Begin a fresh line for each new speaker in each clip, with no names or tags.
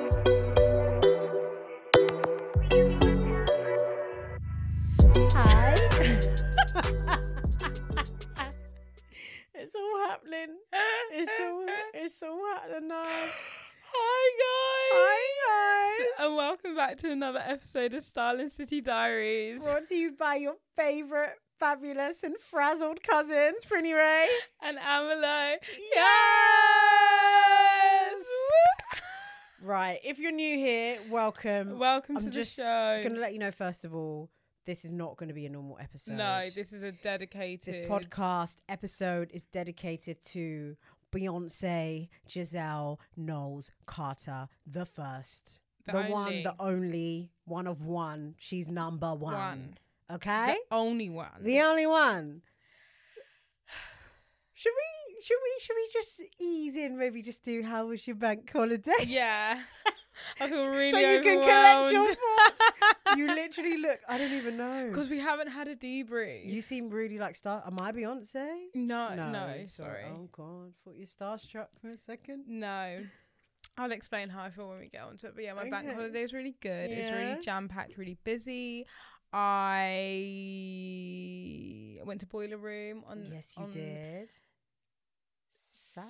Hi. it's all happening. It's all it's all happening now.
Hi
Hi
guys, and welcome back to another episode of Starlin City Diaries.
Brought to you by your favourite fabulous and frazzled cousins, Prinny Ray.
And Amelo,
Yes! Right, if you're new here, welcome.
welcome
I'm
to the
just
show.
gonna let you know first of all, this is not gonna be a normal episode.
no, this is a dedicated
This podcast episode is dedicated to Beyonce, Giselle, Knowles, Carter, the first.
The
one,
only.
the only, one of one. She's number one.
one,
Okay?
the only one.
The, only one. Should we should we should we just ease in, maybe just do how was your bank holiday?
yeah, I feel really
so you can collect your thoughts. you literally look I don't even know.
because we haven't had a debrief.
You seem really like star am I Beyonce?
no, Uh, no, sorry,
Oh god, thought you starstruck for a second.
no. I'll explain how I feel when we get onto it. But yeah, my bank
Okay.
holiday is really good. It's
Yeah.
really jam packed, really busy. I went to boiler room on
yes, you
on
did. Sat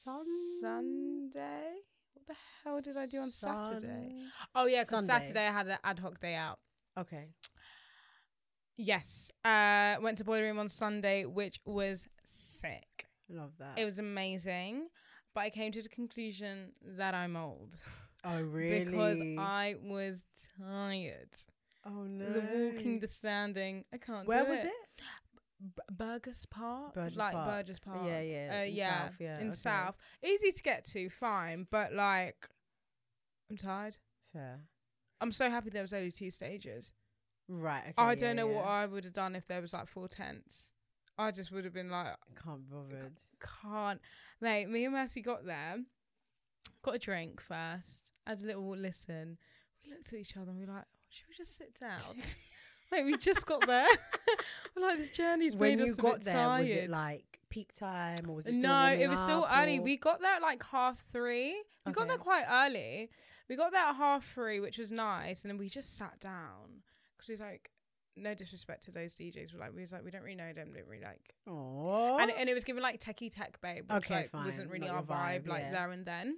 Sunday. What the hell did I do on Saturday? Oh yeah, 'cause
Sunday.
Saturday I had an ad hoc day out.
Okay.
Yes, uh, went to boiler room on Sunday, which was sick.
Love that.
It was amazing, but I came to the conclusion that I'm old
oh really?
because I was tired.
oh no.
The walking, the standing, I can't.
Where
do
was
it?
it?
B- Burgess Park,
Burgess
like
Park.
Burgess Park.
Yeah, yeah,
uh,
in
yeah,
South, yeah,
in
okay.
South. Easy to get to, fine, but like, I'm tired.
Fair.
I'm so happy there was only two stages.
Right. Okay,
I don't
yeah,
know
yeah.
what I would have done if there was like four tents. I just would have been like,
Can't be bothered.
can't, mate. Me and Mercy got there, got a drink first, had a little listen. We looked at each other and we were like, "Oh, should we just sit down? Like we just got there. We're like this journey's
when
made
you
us a
got
bit
there,
tired.
was it like peak time or was it still
no, it
warming
was still
up,
early.
or-
We got there at like half three. We got there
Okay.
quite early. We got there at half three, which was nice, and then we just sat down because we was like, no disrespect to those DJs, but like we was like we don't really know them, don't really like,
Aw.
and and it was given like techie tech babe, which
Okay,
like wasn't
fine.
really
Not
our
your
vibe,
vibe,
like
yeah.
there and then,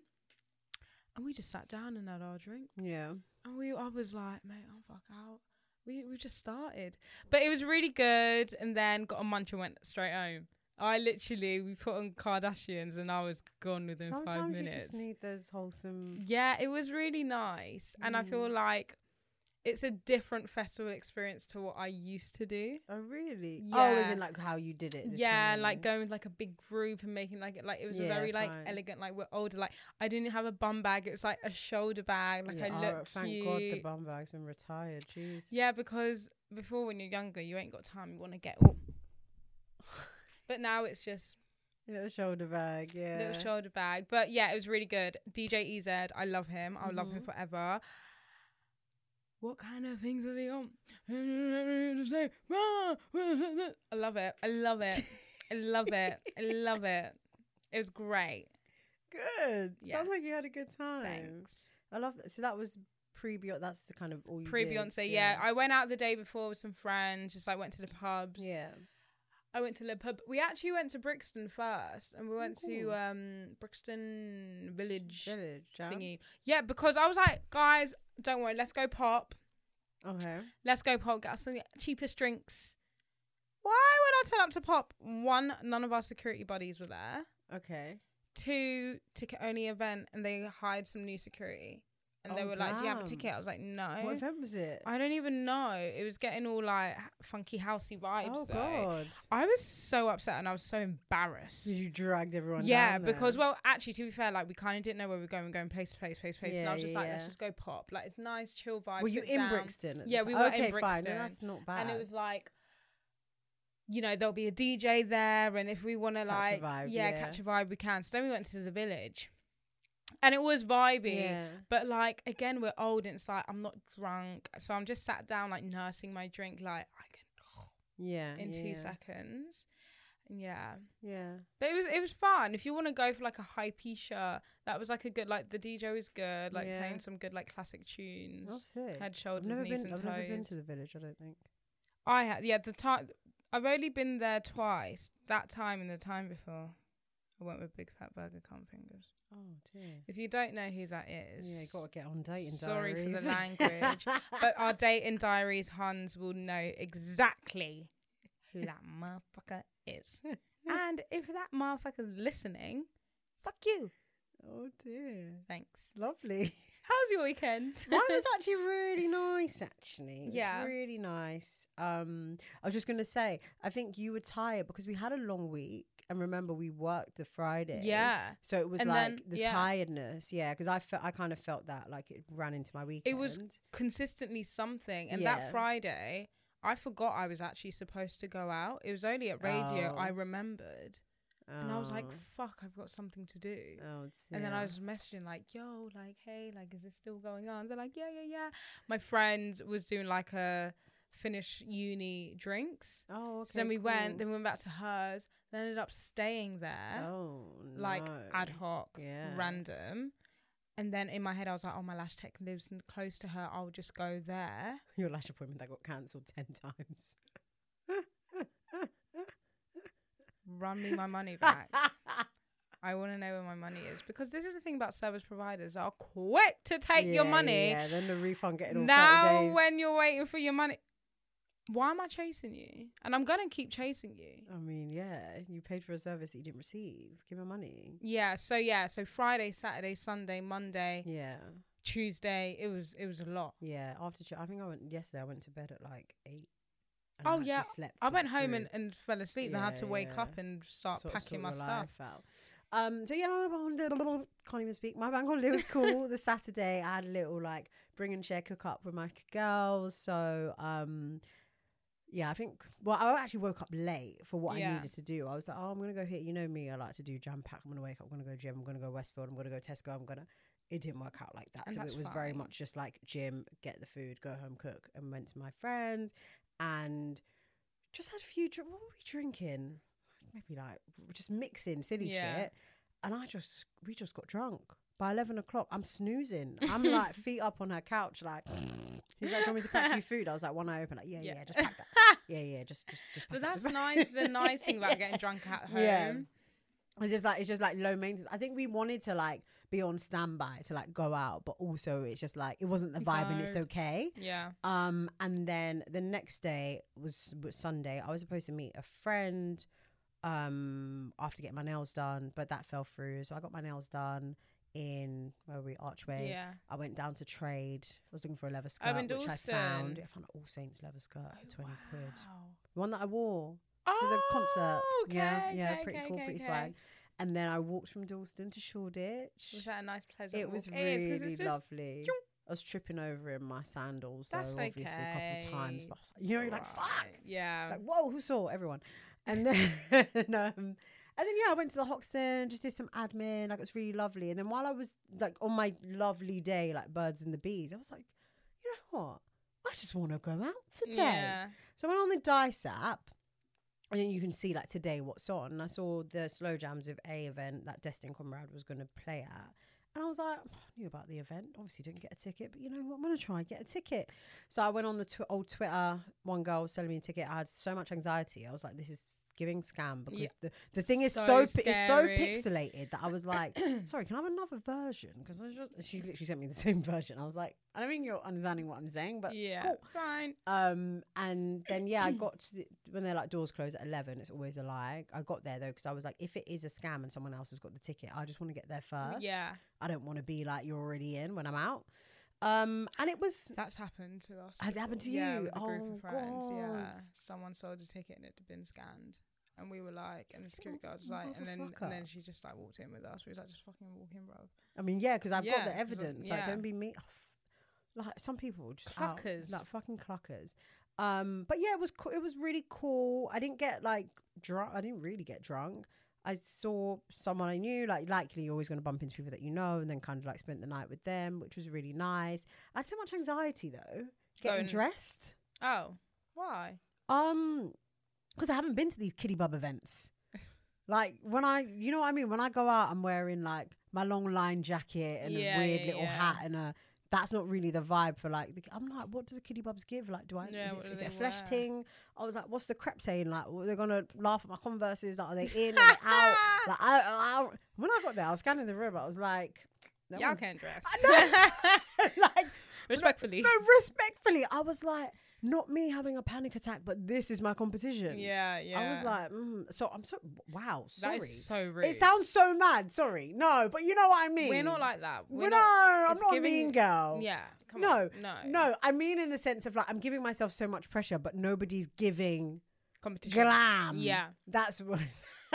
and we just sat down and had our drink.
yeah.
And we, I was like, mate, I'm fuck out. We we just started, but it was really good. And then got a munch and went straight home. I literally we put on Kardashians and I was gone within
Sometimes
five
you
minutes.
just need those wholesome.
yeah, it was really nice, and I
Mm.
feel like it's a different festival experience to what I used to do.
Oh really? Oh, as
Yeah.
in like how you did it. This
yeah,
time,
like going with like a big group and making like it like it was a
Yeah,
very like
fine.
elegant like we're older like I didn't have a bum bag it was like a shoulder bag like
Yeah,
I
oh,
looked
Thank
cute.
God the bum bag's been retired. Jeez.
Yeah, because before when you're younger, you ain't got time. You want to get all. But now it's just
Little shoulder bag, yeah.
little shoulder bag. But yeah, it was really good. DJ EZ, I love him. I'll love
Mm-hmm.
him forever. What kind of things are they on? I love it. I love it. I love it. I love it. It was great.
Good.
Yeah.
Sounds like you had a good time.
Thanks.
I love that. So that was pre Beyonce. That's the kind of all you
Pre
did,
Beyonce, yeah. I went out the day before with some friends. Just like went to the pubs.
yeah.
I went to Le Pub. We actually went to Brixton first, and we went
cool.
to um Brixton Village
Village jam.
thingy. Yeah, because I was like, guys, don't worry, let's go pop,
Okay.
let's go pop, get us some cheapest drinks. Why would I turn up to pop? One, none of our security buddies were there.
Okay.
Two, ticket only event, and they hired some new security. and they
Oh,
were like, "Do you have a
damn.
ticket?" I was like, "No."
What event was it?
I don't even know. It was getting all like h- funky housey vibes.
oh
though.
God!
I was so upset and I was so embarrassed.
So you dragged everyone.
yeah,
down there.
because well, actually, to be fair, like we kind of didn't know where we were going. We were going place to place, place to place, and
Yeah,
I was just
yeah,
like,
yeah.
let's just go pop. Like it's nice, chill vibe.
were you
sit
in
down.
Brixton? at the
Yeah,
time?
we were
okay,
in
fine.
Brixton.
No, that's not bad.
And it was like, you know, there'll be a DJ there, and if we want to
Catch a
like,
vibe,
yeah,
yeah.
catch a vibe, we can. So then we went to the village, and it was vibey.
yeah.
But like again, we're old, and it's like I'm not drunk, so I'm just sat down like nursing my drink, like I
Yeah.
can in
yeah,
two
yeah.
seconds. Yeah,
Yeah.
but it was it was fun. If you want to go for like a hypey shirt, that was like a good like the DJ was good, like
Yeah.
playing some good like classic tunes.
Oh, sick.
Head,
I've
shoulders,
never
knees,
been.
and
I've
toes.
never been to the village. I don't think.
I had yeah the time. I've only been there twice. That time and the time before. I went with Big Fat Burger Can't Fingers.
Oh dear.
If you don't know who that is,
Yeah, you gotta get on dating
sorry for
diaries.
the language, but our dating diaries Hans will know exactly who that motherfucker is. and if that motherfucker's listening, fuck you.
oh dear.
Thanks.
Lovely.
How was your weekend?
Mine was actually really nice, actually. It was
Yeah.
really nice. Um, I was just gonna say, I think you were tired because we had a long week, and remember we worked the Friday.
yeah.
So it was
And
like
then-
the
yeah.
tiredness, yeah. Because I felt, I kind of felt that, like it ran into my weekend.
It was consistently something. And
Yeah.
that Friday, I forgot I was actually supposed to go out. It was only at radio
Oh.
I remembered. And I was like,
Oh.
fuck, I've got something to do.
oh,
And then
dear.
I was messaging like, "Yo, like, hey, like, is this still going on?" They're like, "Yeah, yeah, yeah." My friend was doing like a finish uni drinks,
Oh, okay,
so then we went,
cool.
then we went back to hers, then ended up staying there,
oh,
like
no.
ad hoc,
Yeah.
random. And then in my head, I was like, "Oh, my lash tech lives n- close to her. I'll just go there."
Your lash appointment that got cancelled ten times.
Run me my money back. I want to know where my money is because this is the thing about service providers: they are quick to take your
Yeah,
money.
Yeah, then the refund getting all 30
now
days.
when you're waiting for your money why am i chasing you and i'm gonna keep chasing you
I mean, yeah, you paid for a service that you didn't receive. Give her money.
yeah so yeah so friday saturday sunday monday
Yeah,
tuesday it was it was a lot
yeah. After ch- I think I went yesterday. I went to bed at like eight. and
Oh,
actually
yeah,
slept
i
all
went home
through.
and, and fell asleep and i had
Yeah,
to wake
yeah.
up and start
Sort of
packing
sorted
my
your
stuff
life out. Um, so yeah, my bank holiday- can't even speak. My bank holiday was cool. the Saturday I had a little like bring and share cook up with my girls. So um, yeah, I think. Well, I actually woke up late for what I
Yeah.
needed to do. I was like, oh, I'm gonna go here. You know me, I like to do jam pack. I'm gonna wake up. I'm gonna go gym. I'm gonna go Westfield. I'm gonna go Tesco. I'm gonna. It didn't work out like that.
And
so it
that's
was very
fine.
much just like gym, get the food, go home, cook, and went to my friends and just had a few. dr- What were we drinking? Maybe like we're just mixing silly
Yeah.
shit. And I just, we just got drunk. By 11 o'clock, I'm snoozing. I'm like feet up on her couch, like, she's like, do you want me to pack you food? I was like, one eye open, like, yeah, yeah, just pack that. Yeah, yeah, just, just, just pack
but
that,
that's
just pack
nice the
that."
nice thing about
Yeah.
getting drunk at home
Yeah. It's just like it's just like low maintenance. I think we wanted to like be on standby to like go out, but also it's just like it wasn't the vibe and it's
Vibe.
okay.
yeah
Um, and then the next day was, was Sunday. I was supposed to meet a friend um after getting my nails done, but that fell through. So I got my nails done in where were we Archway.
yeah
I went down to trade. I was looking for a leather skirt,
Oh, in
which I found.
Dalston.
I found an All Saints leather skirt for
Oh,
twenty quid.
wow.
The one that I wore
Oh,
to the concert. yeah,
okay,
yeah,
Oh, okay,
pretty
okay,
cool,
okay,
pretty
okay.
swag. And then I walked from Dalston to Shoreditch.
Was that a nice pleasant?
it was
walk? is, 'cause
really
it's just-
lovely. I was tripping over in my sandals,
That's
though, obviously a couple of times.
okay.
But I was like, you know, you're like, fuck,
Right, Yeah.
like whoa, who saw everyone? And then, um, and then yeah, I went to the Hoxton, just did some admin. Like it was really lovely. And then while I was like on my lovely day, like birds and the bees, I was like, you know what? I just want to go out today.
Yeah.
So I went on the Dice app, and then you can see like today what's on. And I saw the Slow Jams of A event that Destin Comrade was going to play at. And I was like, "Oh, I knew about the event. Obviously, didn't get a ticket, but you know what? I'm going to try and get a ticket. So I went on the tw- old Twitter. One girl was selling me a ticket. I had so much anxiety. I was like, this is giving scam because
Yeah.
the, the thing is so,
So
pi- it's so
scary.
pixelated that I was like, sorry, can I have another version? Because she literally sent me the same version. I was like, I don't think you're understanding what I'm saying, but
yeah.
cool.
Fine.
Um, and then yeah, I got to the, when they're like doors close at eleven. It's always a lie. I got there though because I was like, if it is a scam and someone else has got the ticket, I just want to get there first.
Yeah.
I don't want to be like you're already in when I'm out. Um, and it was
That's happened to us.
Has it happened to
before. Yeah,
you?
with a group
Oh,
of friends. Yeah,
God.
someone sold a ticket and it had been scanned, and we were like, and the security guard was like, and then
motherfucker.
and then she just like walked in with us. We was like, just fucking walk in, bro.
I mean, yeah, because I've got
Yeah,
the
'cause, uh,
evidence. Like,
yeah.
don't be me. oh, f- Like some people just
Cluckers.
out, like fucking cluckers. Um, but yeah, it was co- it was really cool. I didn't get like drunk. I didn't really get drunk. I saw someone I knew. Like, likely you're always going to bump into people that you know, and then kind of like spent the night with them, which was really nice. I had so much anxiety though getting
Going-
dressed.
Oh, why?
Um, because I haven't been to these kiddie bub events. Like when I, you know what I mean. When I go out, I'm wearing like my long line jacket and
Yeah,
a weird
yeah,
little
yeah.
hat and a. That's not really the vibe for like. The, I'm like, what do the kiddie bubs give? Like, do I?
Yeah,
is
what
it,
do
is
they
it a flesh
wear?
thing? I was like, what's the crep saying? Like, well, they're gonna laugh at my converses. Like, are they in? Are they out? Like, I, I, I- when I got there, I was scanning the room. I was like, no
Y'all
one's-
can dress.
I like
Respectfully.
no, respectfully, I was like, not me having a panic attack, but this is my competition.
Yeah, yeah.
I was like, mm, so I'm so wow. Sorry,
that is so rude.
it sounds so mad. Sorry, no, but you know what I mean.
We're not like that. We're,
no,
not.
I'm
it's
not
giving-
a mean girl.
Yeah. Come
no,
on. No.
no. I mean, in the sense of like, I'm giving myself so much pressure, but nobody's giving
Competition.
glam.
Yeah.
that's what.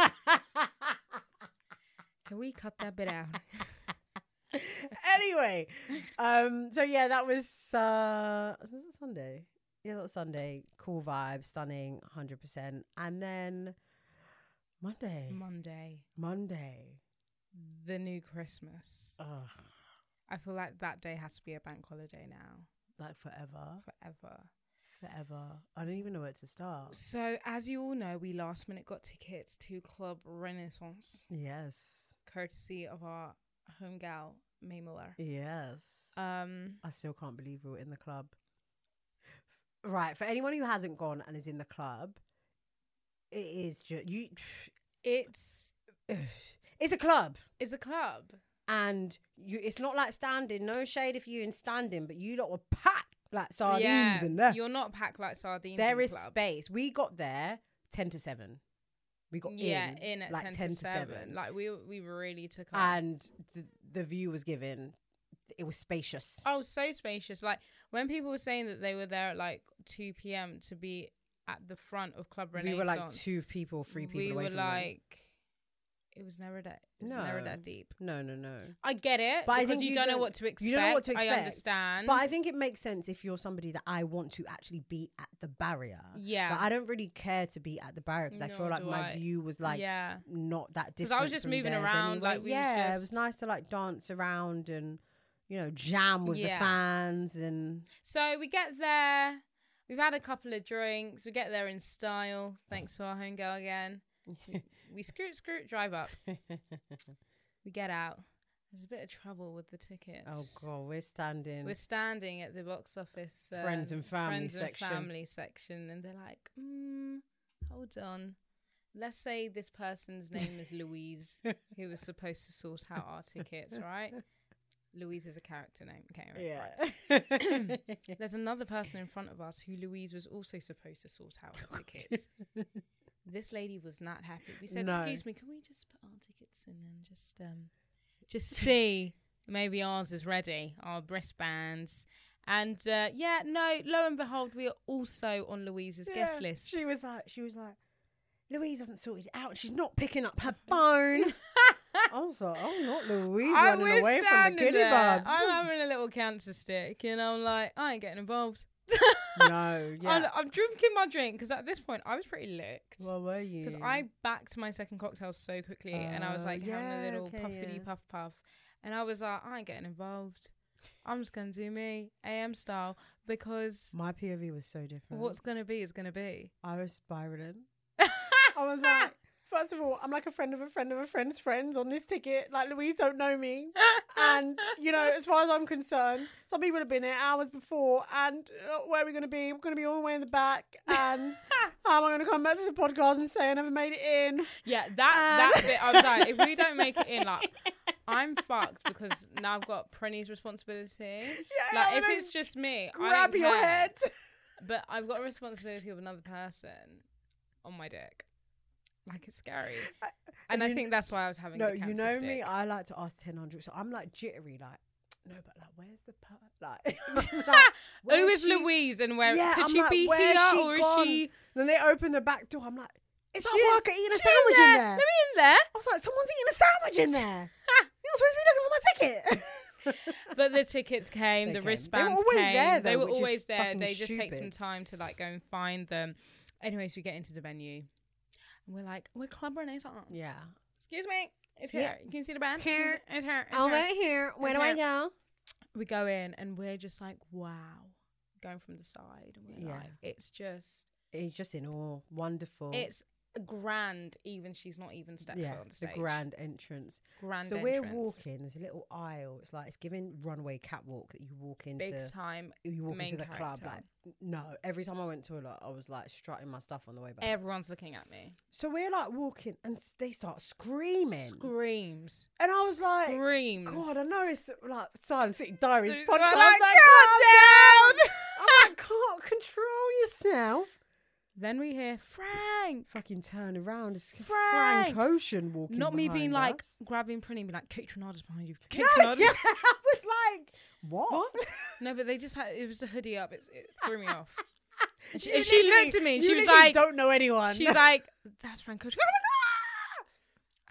Can we cut that bit out?
anyway, um, so yeah, that was uh, was it Sunday. Yeah, that was Sunday. Cool vibe, stunning, hundred percent. And then Monday,
Monday,
Monday.
the new Christmas.
Ugh,
I feel like that day has to be a bank holiday now,
like forever,
forever.
forever. I don't even know where to start.
So, as you all know, we last minute got tickets to Club Renaissance,
Yes,
courtesy of our home gal, May Miller.
yes.
Um,
I still can't believe we were in the club. Right, for anyone who hasn't gone and is in the club, it is just you.
it's
It's a club.
it's a club.
and you it's not like standing no shade if you in standing but you lot were packed like sardines
yeah,
in there
you're not packed like sardines. in
there
the
is
club.
space we got there 10 to 7 we got
Yeah,
in,
in, at
like
10, to 7. Like we we really took off.
and the, the view was given it was spacious
Oh, so spacious. Like when people were saying that they were there at like 2 p.m. to be at the front of Club
we
Renaissance.
were like two people three people
We
away
were
from
like, it was never that, it was never
No.
that deep.
them. no no no
I get it,
But I
because
think
you,
you
don't know
don't-
what to expect.
you don't know what to
I
expect,
understand.
but i think it makes sense if you're somebody that i want to actually be at the barrier
yeah,
Like, i don't really care to be at the barrier because i
Nor
feel like
do
my
I.
view was like
yeah,
not that
'Cause
different.
I was just
from
moving
theirs
around,
anyway.
like, we was
yeah, it
just-
was nice to like dance around and you know jam with
Yeah.
the fans and
So we get there. We've had a couple of drinks. We get there in style, thanks to our homegirl again. We skirt, skirt, drive up. We get out. There's a bit of trouble with the tickets.
oh god, we're standing.
We're standing at the box office uh,
Friends and family
friends
section.
and family section, and they're like, mm, "Hold on, let's say this person's name is Louise, who was supposed to sort out our tickets, right? Louise is a character name, okay? Right,
yeah.
right. There's another person in front of us who Louise was also supposed to sort out our tickets. this lady was not happy. We said,
No.
"Excuse me, can we just put our tickets in and just um, just see? Maybe ours is ready. Our wristbands." And uh, yeah, no. Lo and behold, we are also on Louise's guest
Yeah,
list.
She was like, she was like, Louise hasn't sorted it out. She's not picking up her phone. I was like, oh, not Louise
I
running
was
away from the
standing
kiddie
there.
bubs.
I'm having a little cancer stick, and I'm like, I ain't getting involved.
no, yeah.
I'm, I'm drinking my drink because at this point I was pretty licked.
Well, were you?
because I backed my second cocktail so quickly, and I was
Oh,
like having a
yeah,
little
okay,
puffity
yeah.
puff puff, and I was like, I ain't getting involved. I'm just gonna do me AM style because
my POV was so different.
what's gonna be is gonna be.
I was spiraling. I was like, first of all, I'm like a friend of a friend of a friend's friends on this ticket. Like Louise don't know me, and you know, as far as I'm concerned, some people have been here hours before. And uh, where are we going to be? We're going to be all the way in the back. And how am I going to come back to the podcast and say I never made it in?
yeah, that that
Um,
bit. I was like, if we don't make it in, like, I'm fucked because now I've got Prenny's responsibility.
Yeah,
Like,
I'm
if
gonna
it's just me, I
grab
don't
your
care.
head.
But I've got a responsibility of another person on my dick. Like it's scary, and, I
you-
think that's why I was having.
No,
the
you
cancer
know
stick.
me. I like to ask ten hundred, so I'm like jittery, like. no, but like, where's the part? Like, where
Who is
she-
Louise and where
Yeah,
could
I'm
she
like,
be
where's
here
she
or
gone?
is she?
Then they open the back door. I'm like, is that
She's-
worker eating a
she's
sandwich in there?
Let me in there.
I was like, someone's eating a sandwich in there. You're not supposed to be looking for my ticket.
But the tickets came,
They came.
the
They were
wristbands
always
came.
there,
they
though,
were
which is
always there.
fucking
They just take some
stupid.
time to like go and find them. Anyways, we get into the venue. And we're like, we're Club Renaissance.
yeah.
Excuse me. It's
See
here.
it?
You can see the band.
Here.
It's her. It's
Over
her.
here. Where
It's
do I
her.
go?
We go in and we're just like, wow. Going from the side. And we're
Yeah.
like, it's just,
It's just in awe. Wonderful.
it's grand. Even she's not even stepped
yeah,
foot on the
it's a
stage.
grand entrance.
grand
so
entrance.
we're walking. There's a little aisle. It's like it's giving runway catwalk that you walk into.
Big time.
you walk
main
into the club.
character.
Like no, every time I went to a lot, I was like strutting my stuff on the way back.
Everyone's looking at me.
so we're like walking, and s- they start screaming,
Screams.
and I was like,
Screams.
God, I know it's like Silent City Diaries
We're
podcast.
like,
I'm like,
"Calm down!" Oh,
I'm like, can't control yourself.
Then we hear Frank.
Fucking turn around. It's
Frank!
Frank, Ocean walking.
Not me being
behind
like
us.
grabbing Prinny and be like, Kate Tronada's behind you. Kate
No,
Tronada's
yeah, I was like, what?
No, but they just had it was a hoodie up. It, it threw me off. And she,
You
and she
literally-
looked at me and
you
she was
literally
like,
don't know anyone.
she's like, that's Frank Ocean. Oh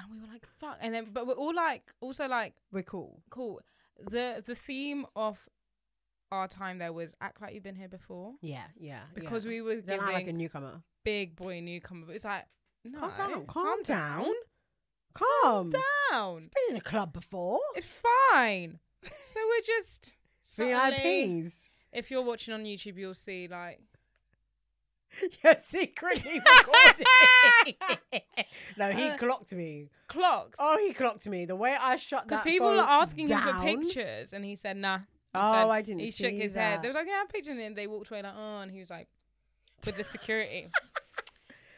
And we were like, fuck. And then, but we're all like, also like,
we're cool.
cool. The the theme of our time there was act like you've been here before
Yeah, yeah.
because
yeah.
we were
Then I
giving
like a newcomer.
big boy newcomer. But it's like, no,
Calm down. Calm, down.
calm
Calm.
down.
Been in a club before.
It's fine. so we're just suddenly-
VIPs.
If you're watching on YouTube, you'll see like
You're secretly recording. no, he
Uh,
clocked me.
clocks.
Oh, he clocked me. The way I shut
Because
that
people
phone
are asking
down,
him for pictures, and he said, "Nah." He
Oh,
said-
I didn't
He shook
see
his head.
that.
They was like, "Yeah, I'm picturing it." And they walked away like, "Oh," and he was like, "With the security."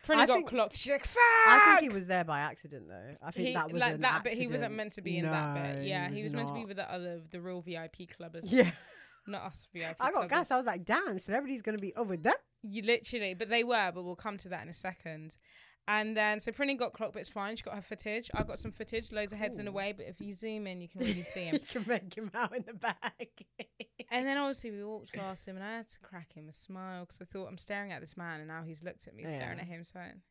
Pretty
I
got
think-
clocked. She's like, "Fuck!"
I think he was there by accident, though. I think
He-
that was
like
an
that, but he wasn't
accident.
meant to be in that
No,
bit. Yeah, he was meant to be
not.
with the other, the real VIP clubbers,
Yeah,
not us VIP.
I got
clubbers.
gas. I was like, "Damn, celebrity's gonna be over there."
You literally, but they were, but we'll come to that in a second. And then, so Prinny got clocked, but it's fine. She got her footage. I got some footage, loads of heads in the
Cool.
way, but if you zoom in, you can really see him.
you can make him out in the back.
and then, obviously, we walked past him, and I had to crack him a smile because I thought I'm staring at this man, and now he's looked at me, staring
Yeah.
at him. Saying,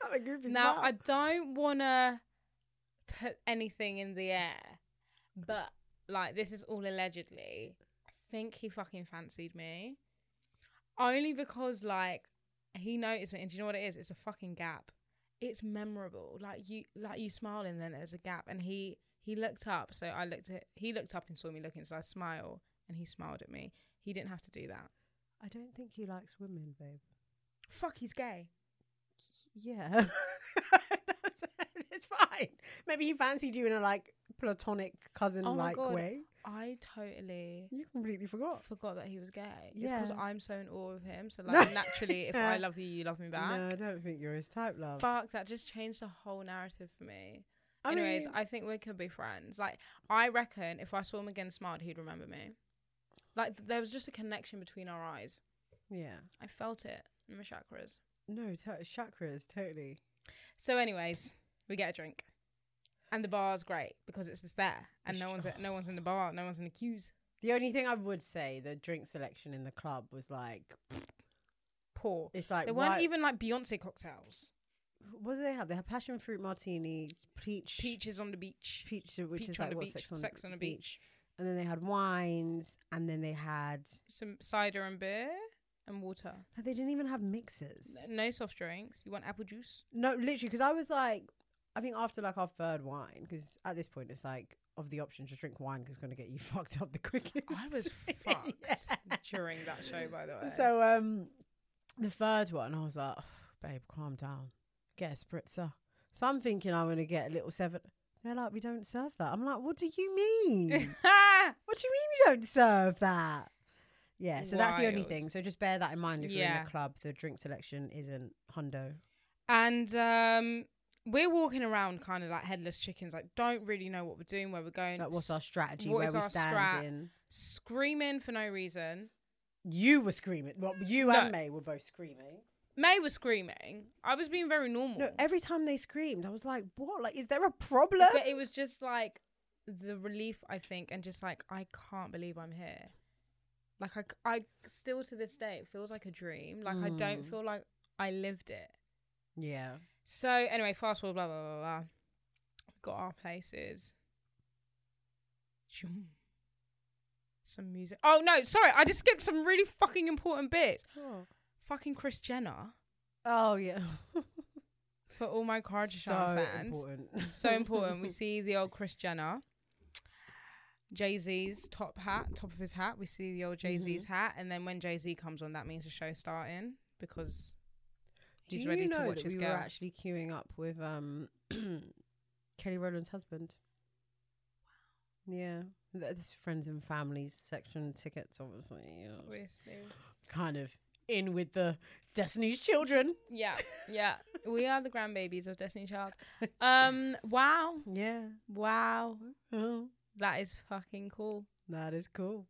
Not the group is
now
well.
I don't want to put anything in the air, but like this is all allegedly. I think he fucking fancied me, only because like he noticed me. And do you know what it is? It's a fucking gap. It's memorable. Like you, like you smile, and then there's a gap. And he he looked up, so I looked at. He looked up and saw me looking, so I smile, and he smiled at me. He didn't have to do that.
I don't think he likes women, babe.
Fuck, he's gay.
Yeah. it's fine. Maybe he fancied you in a like platonic cousin
Oh my
like
God.
way.
I totally
You completely forgot.
forgot that he was gay. It's because
Yeah.
I'm so in awe of him. So
No.
like naturally, if I
Yeah.
love you, you love me back.
No, I don't think you're his type, love.
Fuck, that just changed the whole narrative for me.
I
Anyways,
mean,
I think we could be friends. Like I reckon if I saw him again smiled, he'd remember me. Like th- there was just a connection between our eyes.
yeah.
I felt it in my chakras.
No, t- chakras, totally.
So anyways, we get a drink. And the bar's great because it's just there, and
It's
no one's
ju-
no one's in the bar, no one's in the queues.
The only thing I would say, the drink selection in the club was like,
Poor.
it's like,
there weren't
why-
even like Beyonce cocktails.
what do they have? They have passion fruit martinis, peach,
Peaches on the beach.
peach, which
Peach
is
on
like
the
what,
beach,
sex on,
sex on a beach.
And then they had wines, and then they had,
some cider and beer and water.
like, they didn't even have mixers.
N- No soft drinks. You want apple juice?
No, literally, because I was like, I think after like our third wine, because at this point it's like of the option to drink wine because it's gonna get you fucked up the quickest.
I was fucked during that show, by the way.
So um, the third one, I was like, "Oh, babe, calm down, get a spritzer. So I'm thinking I'm gonna get a little seven. They're like, we don't serve that. I'm like, what do you mean? what do you mean you don't serve that? Yeah, so that's the only
Wild.
thing. So just bear that in mind if you're in
Yeah.
a club. The drink selection isn't hundo.
and um, we're walking around kind of like headless chickens, like don't really know what we're doing, where we're going.
Like, what's
s-
our strategy?
what
where
is
we're
our strat?
standing?
Screaming for no reason.
You were screaming. Well, you and
No.
May were both screaming.
May was screaming. I was being very normal.
No, every time they screamed, I was like, "What? Like, is there a problem?"
but it was just like the relief, I think, and just like I can't believe I'm here. Like I, c- I still to this day it feels like a dream. Like I don't
Mm.
feel like I lived it.
Yeah.
So anyway, fast forward, blah blah blah blah. blah. We've got our places. Shoom. Some music. Oh no, sorry, I just skipped some really fucking important bits.
Oh,
Fucking Chris Jenner
yeah.
for all my Kardashian fans.
important.
so important. We see the old Chris Jenner, Jay Z's top hat, top of his hat. We see the old Jay Z's
Mm-hmm.
hat, and then when Jay Z comes on, that means the show's starting because
Do
he's
you
ready
know
to watch
that
his
we
girl.
were actually queuing up with um Kelly Rowland's husband? Yeah, Th- this friends and families section tickets, obviously. yeah.
Obviously.
Kind of in with the Destiny's Children.
Yeah, yeah. we are the grandbabies of Destiny Child. Um, wow,
Yeah.
wow,
Oh,
that is fucking cool.
that is cool.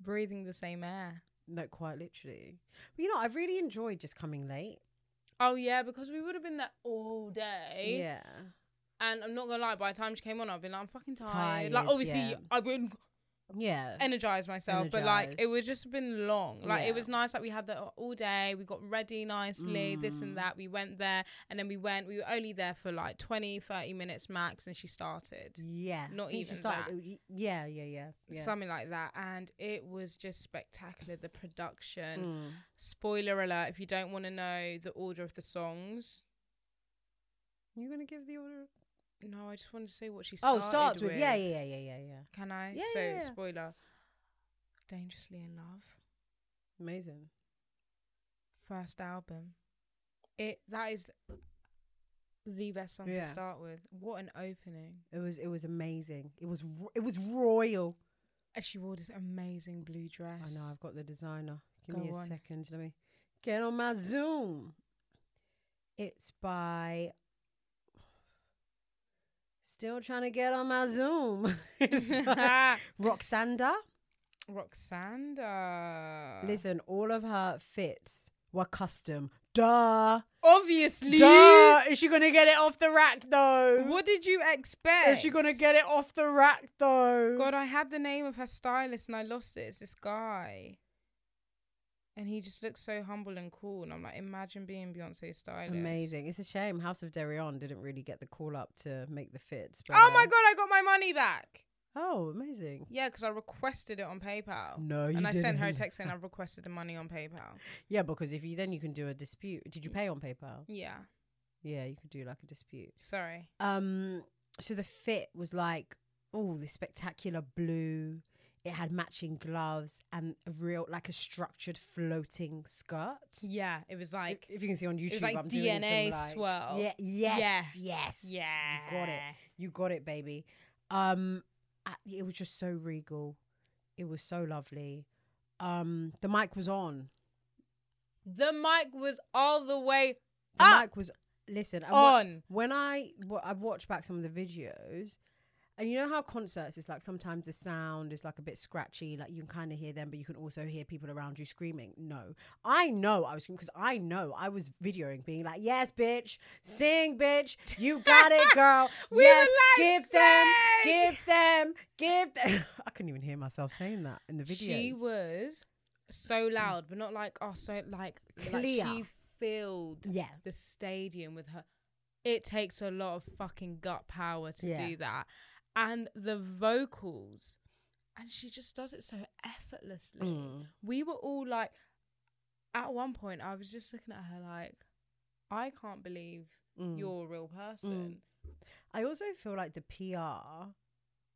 Breathing the same air.
No, quite literally. But you know, I've really enjoyed just coming late.
Oh yeah, because we would have been there all day.
Yeah.
And I'm not gonna lie, by the time she came on, I've been like, I'm fucking tired. like
Tired,
obviously,
yeah.
I've been
Yeah.
energize myself but like it
Energize.
was just been long like
Yeah.
it was nice like we had that all day we got ready nicely this and
Mm.
that we went there and then we went we were only there for like 20 30 minutes max and she started
yeah.
Not
I think she
even
started- Yeah, yeah, yeah. yeah.
something like that and it was just spectacular the production
Mm.
spoiler alert if you don't want to know the order of the songs
You're gonna give the order.
no i just wanted to say what she
Oh,
started
it starts with yeah, yeah, yeah, yeah, yeah.
can i
Yeah,
so
yeah, yeah.
spoiler dangerously in love
Amazing.
first album. It that is the best song to
Yeah.
start with. What an opening!
It was it was amazing. It was ro- it was royal.
And she wore this amazing blue dress.
I know I've got the designer. Give me
Go
a
on.
second. Let me get on my Zoom. It's by. Still trying to get on my Zoom. It's by Roxanda.
Roxanda.
Listen, all of her fits were custom. Duh.
Obviously,
Duh. Is she gonna get it off the rack though?
what did you expect?
Is she gonna get it off the rack though?
God, I had the name of her stylist and I lost it. It's this guy. And he just looks so humble and cool. And I'm like, imagine being Beyonce's stylist.
Amazing. It's a shame House of Derion didn't really get the call up to make the fits. But,
Oh my
uh,
God, I got my money back.
Oh, amazing.
Yeah, because I requested it on PayPal.
No, you
and I sent her a
didn't.
text saying I requested the money on PayPal.
Yeah, because if you then you can do a dispute. Did you pay on PayPal?
Yeah,
Yeah, you could do like a dispute.
sorry.
Um, so the fit was like oh, this spectacular blue. It had matching gloves and a real like a structured floating skirt.
Yeah, it was
If-
like
if, you can see on YouTube,
like
I'm doing some,
DNA
like-
swirl.
Yeah, yes, yes,
yeah,
you got it. You got it, baby. Um, I- it was just so regal. It was so lovely. Um, the mic was on.
The mic was all the way
The
Up.
mic was listen. I wa-
Ah! on.
when I wa- I watched back some of the videos, and you know how concerts is like sometimes the sound is like a bit scratchy, like you can kind of hear them, but you can also hear people around you screaming. No, I know I was screaming because I know I was videoing, being like, "Yes, bitch, sing, bitch, you got it, girl.
We
yes,
were like,
give them,
"Sing!"
give them, give them." I couldn't even hear myself saying that in the videos.
She was so loud, but not like oh, so like, like
Clear.
she filled
yeah,
the stadium with her. It takes a lot of fucking gut power to
Yeah.
do that, and the vocals, and she just does it so effortlessly.
Mm.
we were all like at one point i was just looking at her like i can't believe
Mm.
you're a real person
I also feel like the PR,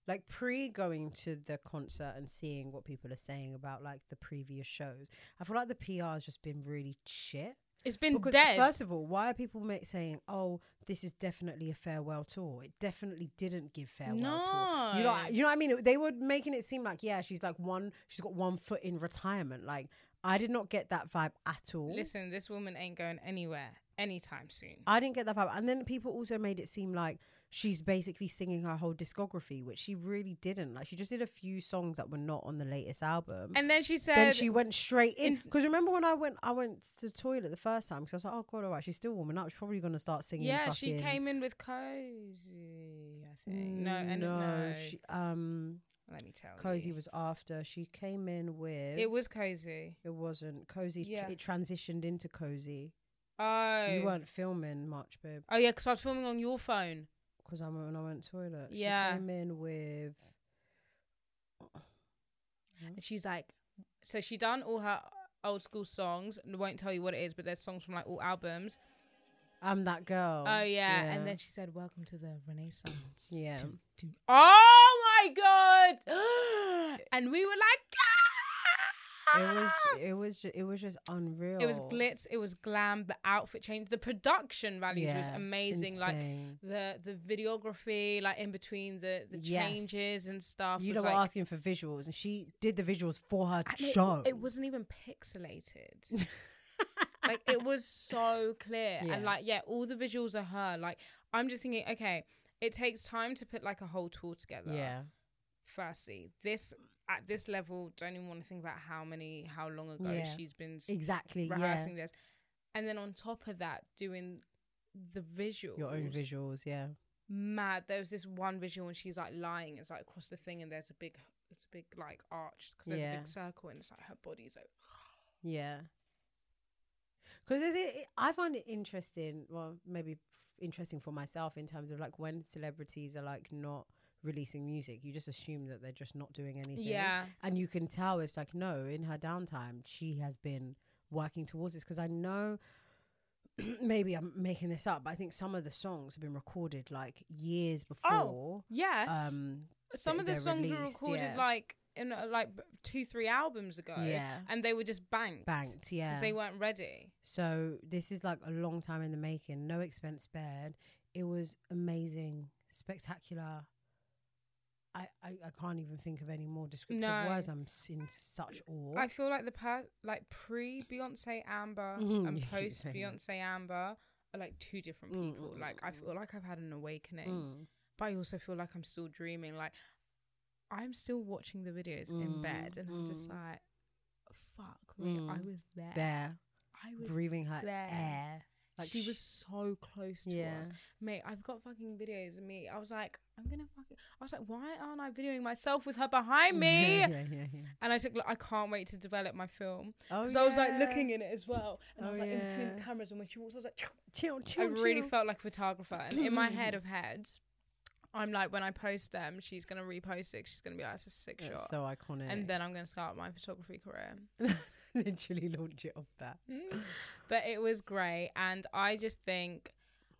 like pre going to the concert and seeing what people are saying about like the previous shows, I feel like the PR has just been really shit.
it's been
because
dead
first of all, why are people ma- saying, "Oh, this is definitely a farewell tour"? It definitely didn't give farewell tour. You know,
No.
you know what I mean. They were making it seem like, yeah, she's like one, she's got one foot in retirement. Like, I did not get that vibe at all.
listen this woman ain't going anywhere anytime soon.
I didn't get that vibe. And then people also made it seem like she's basically singing her whole discography, which she really didn't. Like she just did a few songs that were not on the latest album.
And then she said,
then she went straight in.
in-
Because remember when I went, I went to the toilet the first time because I was like, oh god, alright, she's still warming up. She's probably gonna start singing.
"Yeah,
fucking- Mm,
she came in with cozy." I think no, and no.
She, um,
Let me tell
cozy
you,
was after. She came in with.
it was cozy.
It wasn't cozy. tr-
Yeah.
It transitioned into cozy.
Oh,
You weren't filming much, babe,
oh yeah, because I was filming on your phone.
because I went when I went to toilet.
Yeah.
She came in with. Mm-hmm.
And she's like, so she done all her old school songs. and I won't tell you what it is, but there's songs from like all albums.
I'm that girl.
Oh yeah, and then she said, "Welcome to the Renaissance."
Yeah.
Dun, dun. Oh my god! and we were like,
It was.
"Ah!"
It was. Just, it was just unreal.
It was glitz. It was glam. The outfit change. The production values was
Yeah,
amazing. Like
insane.
the the videography, like in between the the
Yes.
changes and stuff.
you
was
know, we're
like-
asking for visuals, and she did the visuals for her
and it-
show.
It, wasn't even pixelated. like it was so clear,
Yeah.
and like yeah, all the visuals are her. Like I'm just thinking, okay, it takes time to put like a whole tour together.
yeah.
Firstly, this at this level, don't even want to think about how many, how long ago
Yeah.
she's been s-
Exactly. Yeah.
rehearsing this, and then on top of that, doing the visuals.
Your own visuals. Yeah.
Mad. There was this one visual when she's like lying. It's like across the thing, and there's a big, it's a big like arch because there's a
Yeah.
big circle, and it's like her body's like.
Yeah. Because it, it, I find it interesting. Well, maybe interesting for myself in terms of like when celebrities are like not releasing music, you just assume that they're just not doing anything.
Yeah.
And you can tell it's like, no, in her downtime, she has been working towards this because I know maybe I'm making this up, but I think some of the songs have been recorded like years before.
Oh, Yes.
Um,
Some of the
they're
songs were
released,
recorded
yeah.
like in uh, like b- two, three albums ago.
Yeah.
And they were just banked.
banked, yeah.
Because they weren't ready.
So this is like a long time in the making, no expense spared. It was amazing, spectacular. I, I, I can't even think of any more descriptive
No.
words. I'm s- in such awe.
I feel like the per like pre Beyonce Amber
Mhm, you
and
keep
post
saying that.
Beyonce Amber are like two different
Mm,
people.
mm,
Like
mm,
I
mm.
feel like I've had an awakening,
Mm.
but I also feel like I'm still dreaming. Like I'm still watching the videos in
Mm,
bed, and I'm just
mm.
like, fuck, wait, I
Mm.
was there.
There,
I was.
breathing her
there.
air. Like
she
sh-
was so close to
Yeah.
us. mate, I've got fucking videos of me. I was like, I'm gonna fucking. I was like, why aren't I videoing myself with her behind me?
yeah, yeah, yeah.
And I took, like, I can't wait to develop my film
Oh,
because I was like looking in it as well, and I
Oh,
was like in between the
yeah.
cameras. And when she walked, I was like,
Chill,
I
chill,
really
chill.
felt like a photographer. And in my head of heads, I'm like, when I post them, she's gonna repost it. She's gonna be like, that's a sick
That's
shot.
so iconic.
and then I'm gonna start my photography career.
literally launch it off that.
but it was great and i just think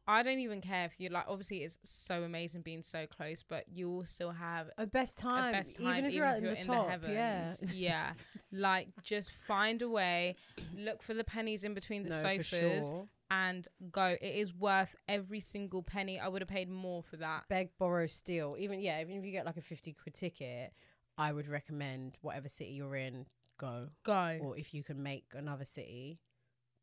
i don't even care if you like obviously it's so amazing being so close but you will still have
A best time,
a best time
even if you're out in the top. yeah,
heavens yeah like just find a way look for the pennies in between the
no, for
sofas
sure.
and go it is worth every single penny i would have paid more for that
beg, borrow, steal. Even yeah, even if you get like a fifty quid ticket, I would recommend whatever city you're in, go.
go
Or if you can make another city,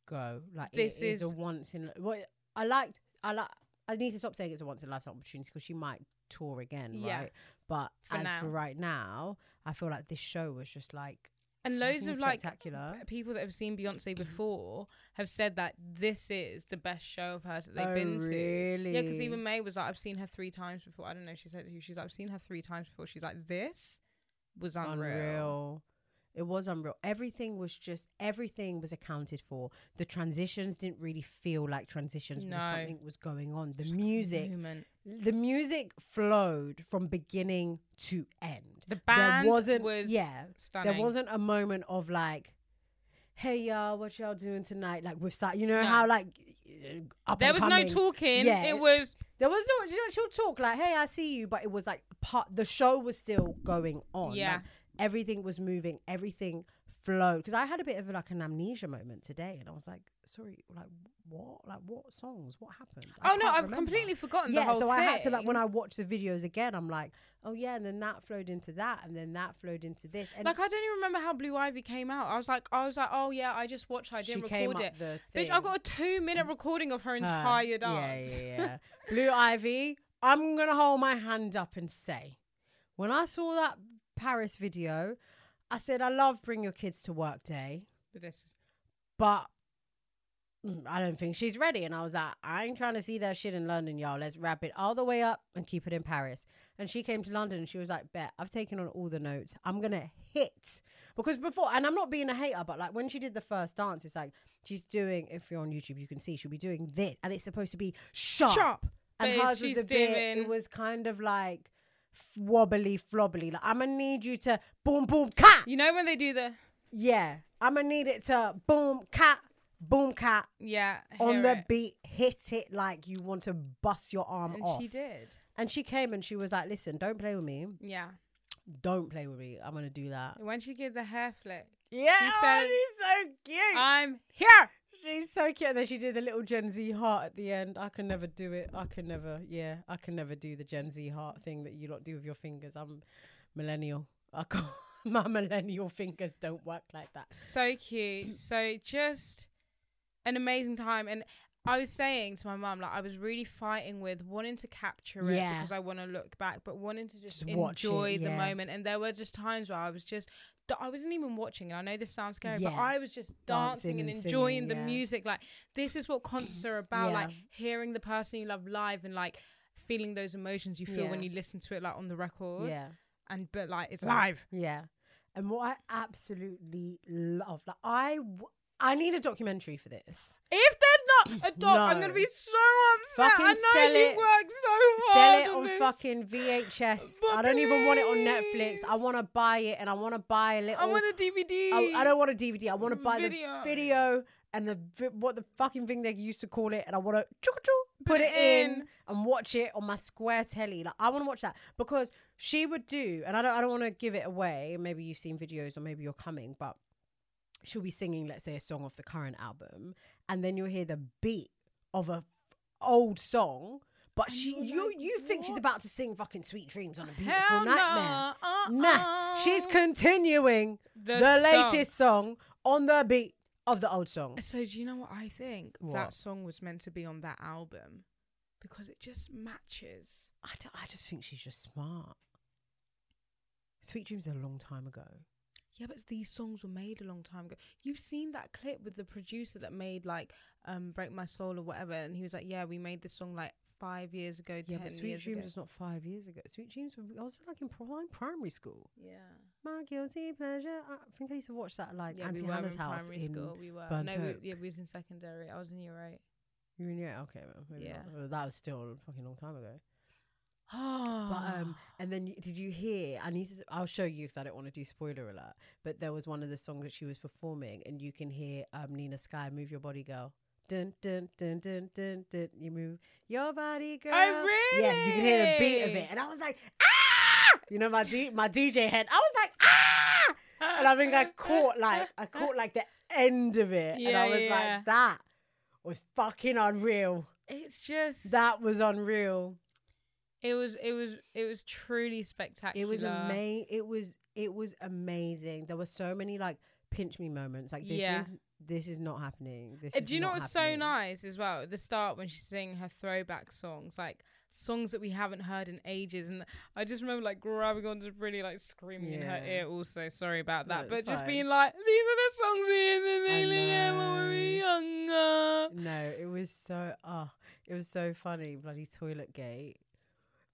go. Like
This
this is, a
is-
once in what I liked. I like. I need to stop saying it's a once in a lifetime opportunity because she might tour again,
Yeah.
right? But
For
as
now.
for right now, I feel like this show was just like
and loads
fucking
of like
spectacular.
people that have seen beyonce before have said that this is the best show of hers that they've
Oh,
been to
really?
Yeah, because even May was like, I've seen her three times before. I don't know if she said it to you. She's like, I've seen her three times before. She's like, this was unreal.
It was unreal. Everything was just everything was accounted for. The transitions didn't really feel like transitions
No.
because something was going on. The music,
Movement.
the music flowed from beginning to end.
The band
there wasn't,
was
yeah,
stunning.
there wasn't a moment of like, "Hey y'all, what y'all doing tonight?" Like with si- you know
No.
how like up
There
and
was no
coming-
talking.
Yeah.
It was
There was no, you know, she'll talk like, "Hey, I see you," but it was like part. The show was still going on.
Yeah.
Like, everything was moving. Everything flowed. Because I had a bit of like an amnesia moment today, and I was like, sorry, like what? Like what songs? What happened? I
Oh no,
can't
I've
remember."
completely forgotten the
Yeah,
whole
so
thing.
I had to like when I watched the videos again, I'm like, oh yeah, and then that flowed into that, and then that flowed into this, and
like I don't even remember how Blue Ivy came out. I was like, I was like, oh yeah, I just watched. I
She
didn't
came
record
up
it.
the
Bitch, I
thing.
got a two-minute recording of her
Uh,
entire
yeah,
dance.
Yeah, yeah, Blue Ivy, I'm going to hold my hand up and say, when I saw that Paris video, I said, I love Bring Your Kids to Work Day,
this is
but mm, I don't think she's ready. And I was like, I ain't trying to see that shit in London, y'all. Let's wrap it all the way up and keep it in Paris. And she came to London and she was like, Bet, I've taken on all the notes. I'm going to hit. Because before, and I'm not being a hater, but like when she did the first dance, it's like, she's doing, if you're on YouTube, you can see she'll be doing this. And it's supposed to be sharp.
Sharp.
And
But
hers was
she's
a bit,
doing-
it was kind of like f- wobbly, flobbly. Like, I'm going to need you to boom, boom, cat.
You know when they do the
Yeah. I'm going to need it to boom, cat, boom, cat
yeah
on
hear
the
it.
beat, hit it like you want to bust your arm
and
off.
she did.
And she came and she was like, "Listen, don't play with me.
Yeah,
Don't play with me. I'm gonna do that."
when she did the hair flick,
Yeah,
She
oh,
said-
she's so cute.
I'm here.
she's so cute. And then she did the little Gen Z heart at the end. I can never do it. I can never. Yeah, I can never do the Gen Z heart thing that you lot do with your fingers. I'm millennial. I can't. My millennial fingers don't work like that.
so cute so just an amazing time and i was saying to my mum like i was really fighting with wanting to capture it
Yeah.
because i want to look back but wanting to just,
Just watch it,
enjoy the
yeah.
moment and there were just times where i was just that I wasn't even watching, and I know this sounds scary, but
Yeah.
I was just dancing,
Dancing
and,
and
enjoying
singing,
the
yeah.
music. Like this is what concerts are about,
Yeah.
like hearing the person you love live and like feeling those emotions you feel when
Yeah.
you listen to it, like on the record.
Yeah.
And but like it's live.
Yeah. And what I absolutely love, like I, w- I need a documentary for this.
If there's not a dog, I'm gonna
No.
be so upset.
Fucking
I know
sell
you
it.
work so hard.
Sell it on
this.
fucking VHS.
But
I don't even want it on Netflix. I
please.
want to buy it, and I want to buy a little.
I want the DVD.
Oh, I, I don't want a DVD. I want to buy
Video.
the video and the vi- what the fucking thing they used to call it, and I want to put it in.
in.
and watch it on my square telly. Like I want to watch that because she would do, and I don't. I don't want to give it away. Maybe you've seen videos, or maybe you're coming, but she'll be singing, let's say, a song off the current album, and then you'll hear the beat of a f- old song. But
And
she,
you're
you,
like,
you think she's
"What?"
about to sing fucking "Sweet Dreams" on a beautiful
Hell
nightmare?
no. Uh-uh.
Nah, she's continuing
the,
the,
song.
latest song on the beat of the old song.
So do you know what I think? That
What?
song was meant to be on that album because it just matches.
I, d- I just think she's just smart. Sweet Dreams is a long time ago.
Yeah, but these songs were made a long time ago. You've seen that clip with the producer that made like um "Break My Soul" or whatever, and he was like, "Yeah, we made this song like five years ago,
Yeah,
ten
but Sweet
years
Dreams
ago."
is not five years ago. Sweet Dreams, were- I was like in prime primary school.
Yeah.
My guilty pleasure. I think I used to watch that like
yeah,
Auntie
we were
Hannah's
in
house
primary
in.
school. We were.
Burnt
no, we,
Oak.
yeah, we was in secondary. I was in year eight.
You mean, yeah, okay, well, maybe
Yeah.
not. Well, that was still a fucking long time ago.
Oh.
But um, and then you- did you hear? I need to. s- I'll show you because I don't want to do spoiler alert. But there was one of the songs that she was performing, and you can hear um Nina Sky move your body, girl. Dun dun dun dun dun dun. You move your body, girl. Yeah, you can hear the beat of
Oh, really?
it, and I was like, ah! You know my D- my DJ head. I was like, ah! And I think I caught like I caught like the end of it, and
Yeah,
I was
yeah.
like, that was fucking unreal.
It's just
That was unreal.
It was. It was. It was truly spectacular. Uh,
It was amazing. It was it was amazing. There were so many like pinch me moments. Like this
Yeah.
is this is not happening. This
Uh,
is
Do you know
not
what's so
happening.
nice as well? At the start when she's singing her throwback songs, like songs that we haven't heard in ages, and I just remember like grabbing onto really like screaming in her
Yeah.
ear. Also, sorry about
No,
that,
it's
but just
fine.
being like, these are the songs we used to
I
sing together when we were younger.
No, it was so oh, it was so funny. Bloody toilet gate.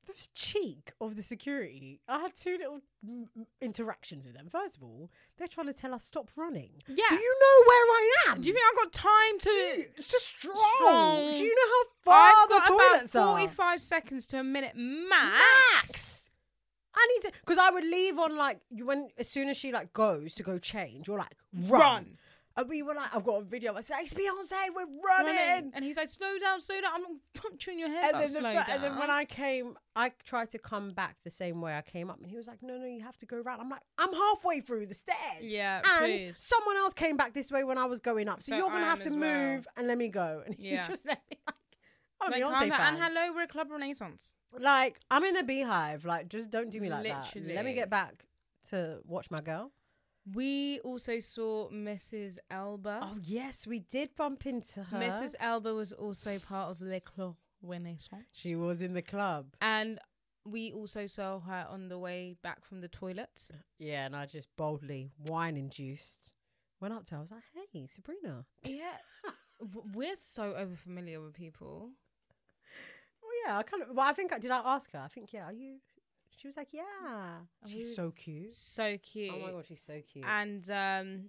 The cheek of the security. I had two little mm, mm, interactions with them. First of all, they're trying to tell us stop running.
Yeah.
Do you know where I am?
Do you think I got time to?
Do you- it's just stroll.
Strong.
Do you know how far
I've
the
got
toilets
about
are?
forty-five seconds to a minute max.
Max. I need to because I would leave on like you when as soon as she like goes to go change, you're like run.
Run.
And we were like, I've got a video. I said, it's Beyonce, we're
running.
running.
And he's like, slow down, slow down. I'm not puncturing your head.
And
about
then, the
slow
fir-
down.
and then when I came, I tried to come back the same way I came up, and he was like, "No, no, you have to go round." I'm like, "I'm halfway through the stairs."
Yeah,
and
rude.
someone else came back this way when I was going up, so,
So
you're gonna
I
have
am
to
as well.
move and let me go. And he
Yeah.
just let me like, I'm a
Like,
Beyonce
calm down.
fan.
And hello, we're a club renaissance.
like I'm in a beehive. Like just don't do me like that. Let me
Literally.
get back to watch my girl.
We also saw Mrs. Elba.
Oh yes, we did bump into her.
Mrs. Elba was also part of Le Club Renaissance.
She was in the club.
and we also saw her on the way back from the toilet.
Yeah, and I just boldly wine induced went up to her. I was like, "Hey, Sabrina."
Yeah. W- We're so overfamiliar with people.
Well, Oh, yeah, I kind of. Well, I think I did. I ask her. I think, yeah. Are you? She was like, yeah.
you-
She's so cute.
So cute.
Oh my god, she's so cute.
And um,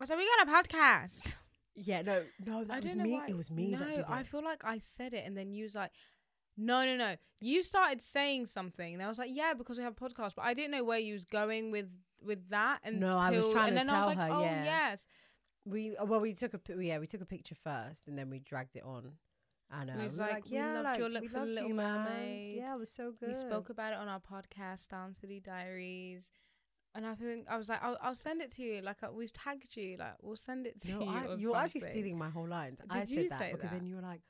I said, we got a podcast.
yeah, no, no,
I
that was
don't know
me.
why-
It was me
no,
that did it.
I feel like I said it, and then you was like, "No, no, no." You started saying something, and I was like, "Yeah," because we have a podcast, but I didn't know where you was going with with that. And
No, I was trying
and
to
then I was
tell
like,
her,
"Oh
yeah.
yes,"
we uh, well, we took a pi- yeah, we took a picture first, and then we dragged it on. I know.
And it was
we were
like, "We loved your look
we
for The
loved
Little
you, man.
Mermaid.
Yeah, it was so good.
we spoke about it on our podcast, Down City Diaries. And I think I was like, I'll, I'll send it to you. Like uh, we've tagged you. Like we'll send it to
No,
you.
I,
or
you're actually
something.
stealing my whole lines. I
Did
said
you
that
say
because
that?
then you were like,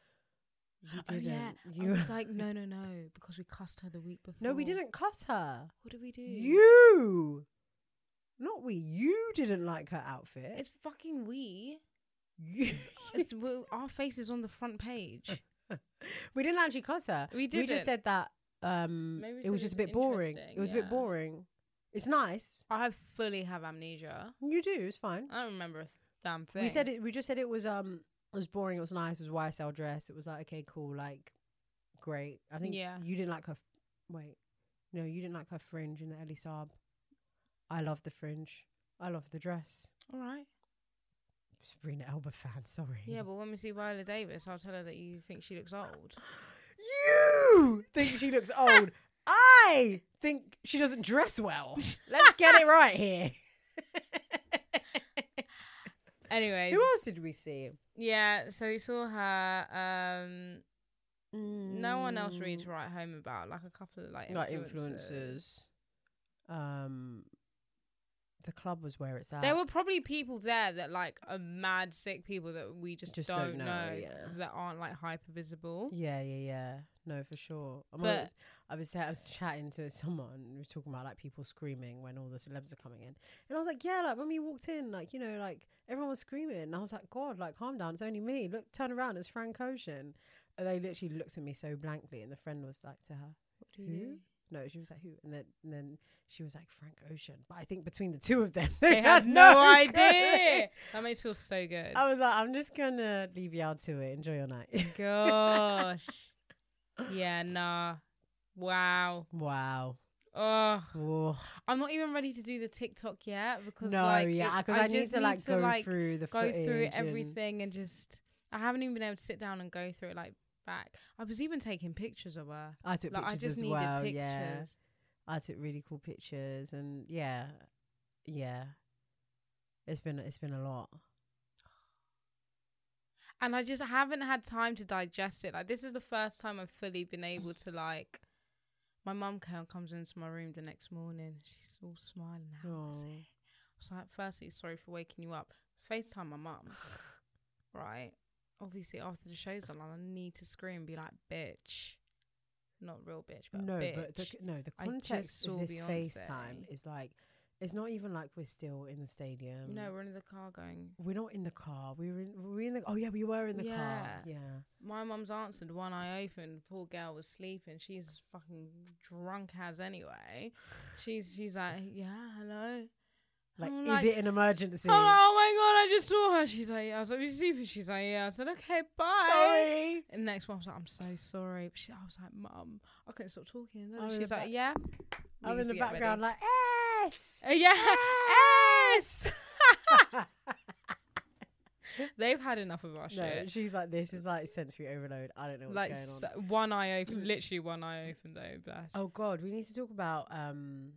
you
Oh,
didn't.
yeah.
You
I was like, no, no, no, because we cussed her the week before.
no, we didn't cuss her.
What did we do?
You, not we. You didn't like her outfit.
It's fucking we.
You-
It's, we our face is on the front page.
we didn't actually cuss her.
We
We
didn't.
just said that um,
Maybe we
it was
said
just a
it's
bit boring. It
interesting,
was a
yeah.
bit boring. It's nice.
I fully have amnesia.
You do. It's fine.
I don't remember a damn thing.
We said it. We just said it was um, it was boring. It was nice. It was YSL dress. It was like okay, cool, like great. I think
Yeah.
you didn't like her. f- Wait, no, you didn't like her fringe in the Ellie Saab. I love the fringe. I love the dress.
All right.
Sabrina Elba fan. Sorry.
Yeah, but when we see Viola Davis, I'll tell her that you think she looks old.
You think she looks old. I think she doesn't dress well. Let's get it right here.
Anyways,
Who else did we see?
yeah. So we saw her. Um, no one else really
reads
to write home about. Like a couple of Mm. like influencers.
Like influencers. Um, the club was where it's at.
There were probably people there that like are mad sick people that we just,
Just
don't,
don't
know,
know, yeah.
that aren't like hyper visible.
Yeah, yeah, yeah. No, for sure. I'm
But-
always- I was I was chatting to someone. We were talking about like people screaming when all the celebs are coming in, and I was like, yeah, like when we walked in, like you know, like everyone was screaming, and I was like, God, like calm down, it's only me. Look, turn around, it's Frank Ocean. And they literally looked at me so blankly, and the friend was like to her,
What do you?
Who?
do?
no, she was like who, and then and then she was like Frank Ocean. But I think between the two of them,
They had no idea. That makes me feel so good.
I was like, I'm just gonna leave you out to it. Enjoy your night.
Gosh. yeah, nah. Wow.
wow.
Oh,
Oh.
I'm not even ready to do the TikTok yet because
No,
like,
yeah,
it-
because I, need
just
to like go
like,
through the
go
footage
through
and-
everything and just I haven't even been able to sit down and go through it like back. I was even taking pictures of her.
I took
Like I
pictures
just
as
needed
well.
pictures.
Yeah, I took really cool pictures, and yeah, yeah, it's been it's been a lot.
and I just haven't had time to digest it. Like this is the first time I've fully been able to like. My mum co- comes into my room the next morning. She's all smiling. How was
Oh.
it? I was like, firstly, sorry for waking you up. Facetime my mum, right? Obviously, after the show's on, I need to scream and be like, bitch. Not real bitch, but
no,
bitch.
but the, no, the
I just
context
saw
of this
Beyonce.
FaceTime is like it's not even like we're still in the stadium.
no, we're in the car going.
we're not in the car. We were in, were we in the oh yeah, we were in the
Yeah.
car. Yeah,
My mum's answered one eye open. Poor girl was sleeping. She's fucking drunk as anyway. She's she's like, yeah, hello.
like
I'm
is
like,
it an emergency?
Oh, oh my god, I just saw her. She's like, I was like, you sleeping? She's like, yeah. I said, okay, bye.
Sorry.
And next one, I was like, I'm so sorry. But she, I was like, mum, I couldn't stop talking.
I'm in
She's
the
like,
back-
yeah. We
I'm
need
in
to
the
get ready.
background like yes.
Uh, yeah.
Ah!
Yes. They've had enough of
No,
our shit.
she's like, this is like sensory overload. I don't know what's
Like
going on.
so, one eye open, literally one eye open though. Bless.
oh God, we need to talk about um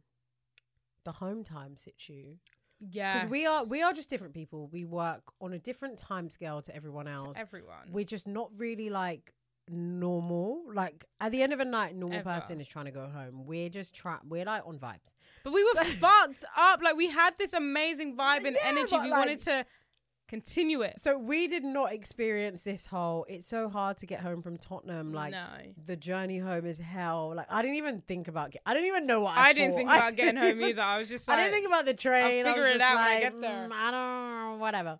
the home time situ.
Yeah.
because we are we are just different people. We work on a different time scale to everyone else.
everyone.
We're just not really like normal. Like at the end of a night, normal
Ever.
person is trying to go home. We're just trying. We're like on vibes.
But we were
So-
fucked up. Like we had this amazing vibe and
Yeah,
energy.
but,
We
like-
wanted to continue it.
So we did not experience this whole. It's so hard to get home from Tottenham. Like.
no,
The journey home is hell. Like I didn't even think about. Get, I didn't even know what I.
I, didn't
thought.
think
I
about getting
didn't
home
even-
either. I was just
I
like,
didn't think about the train. I
figure
was
it
just
out when I
like,
get there.
"Mm, I don't know, whatever.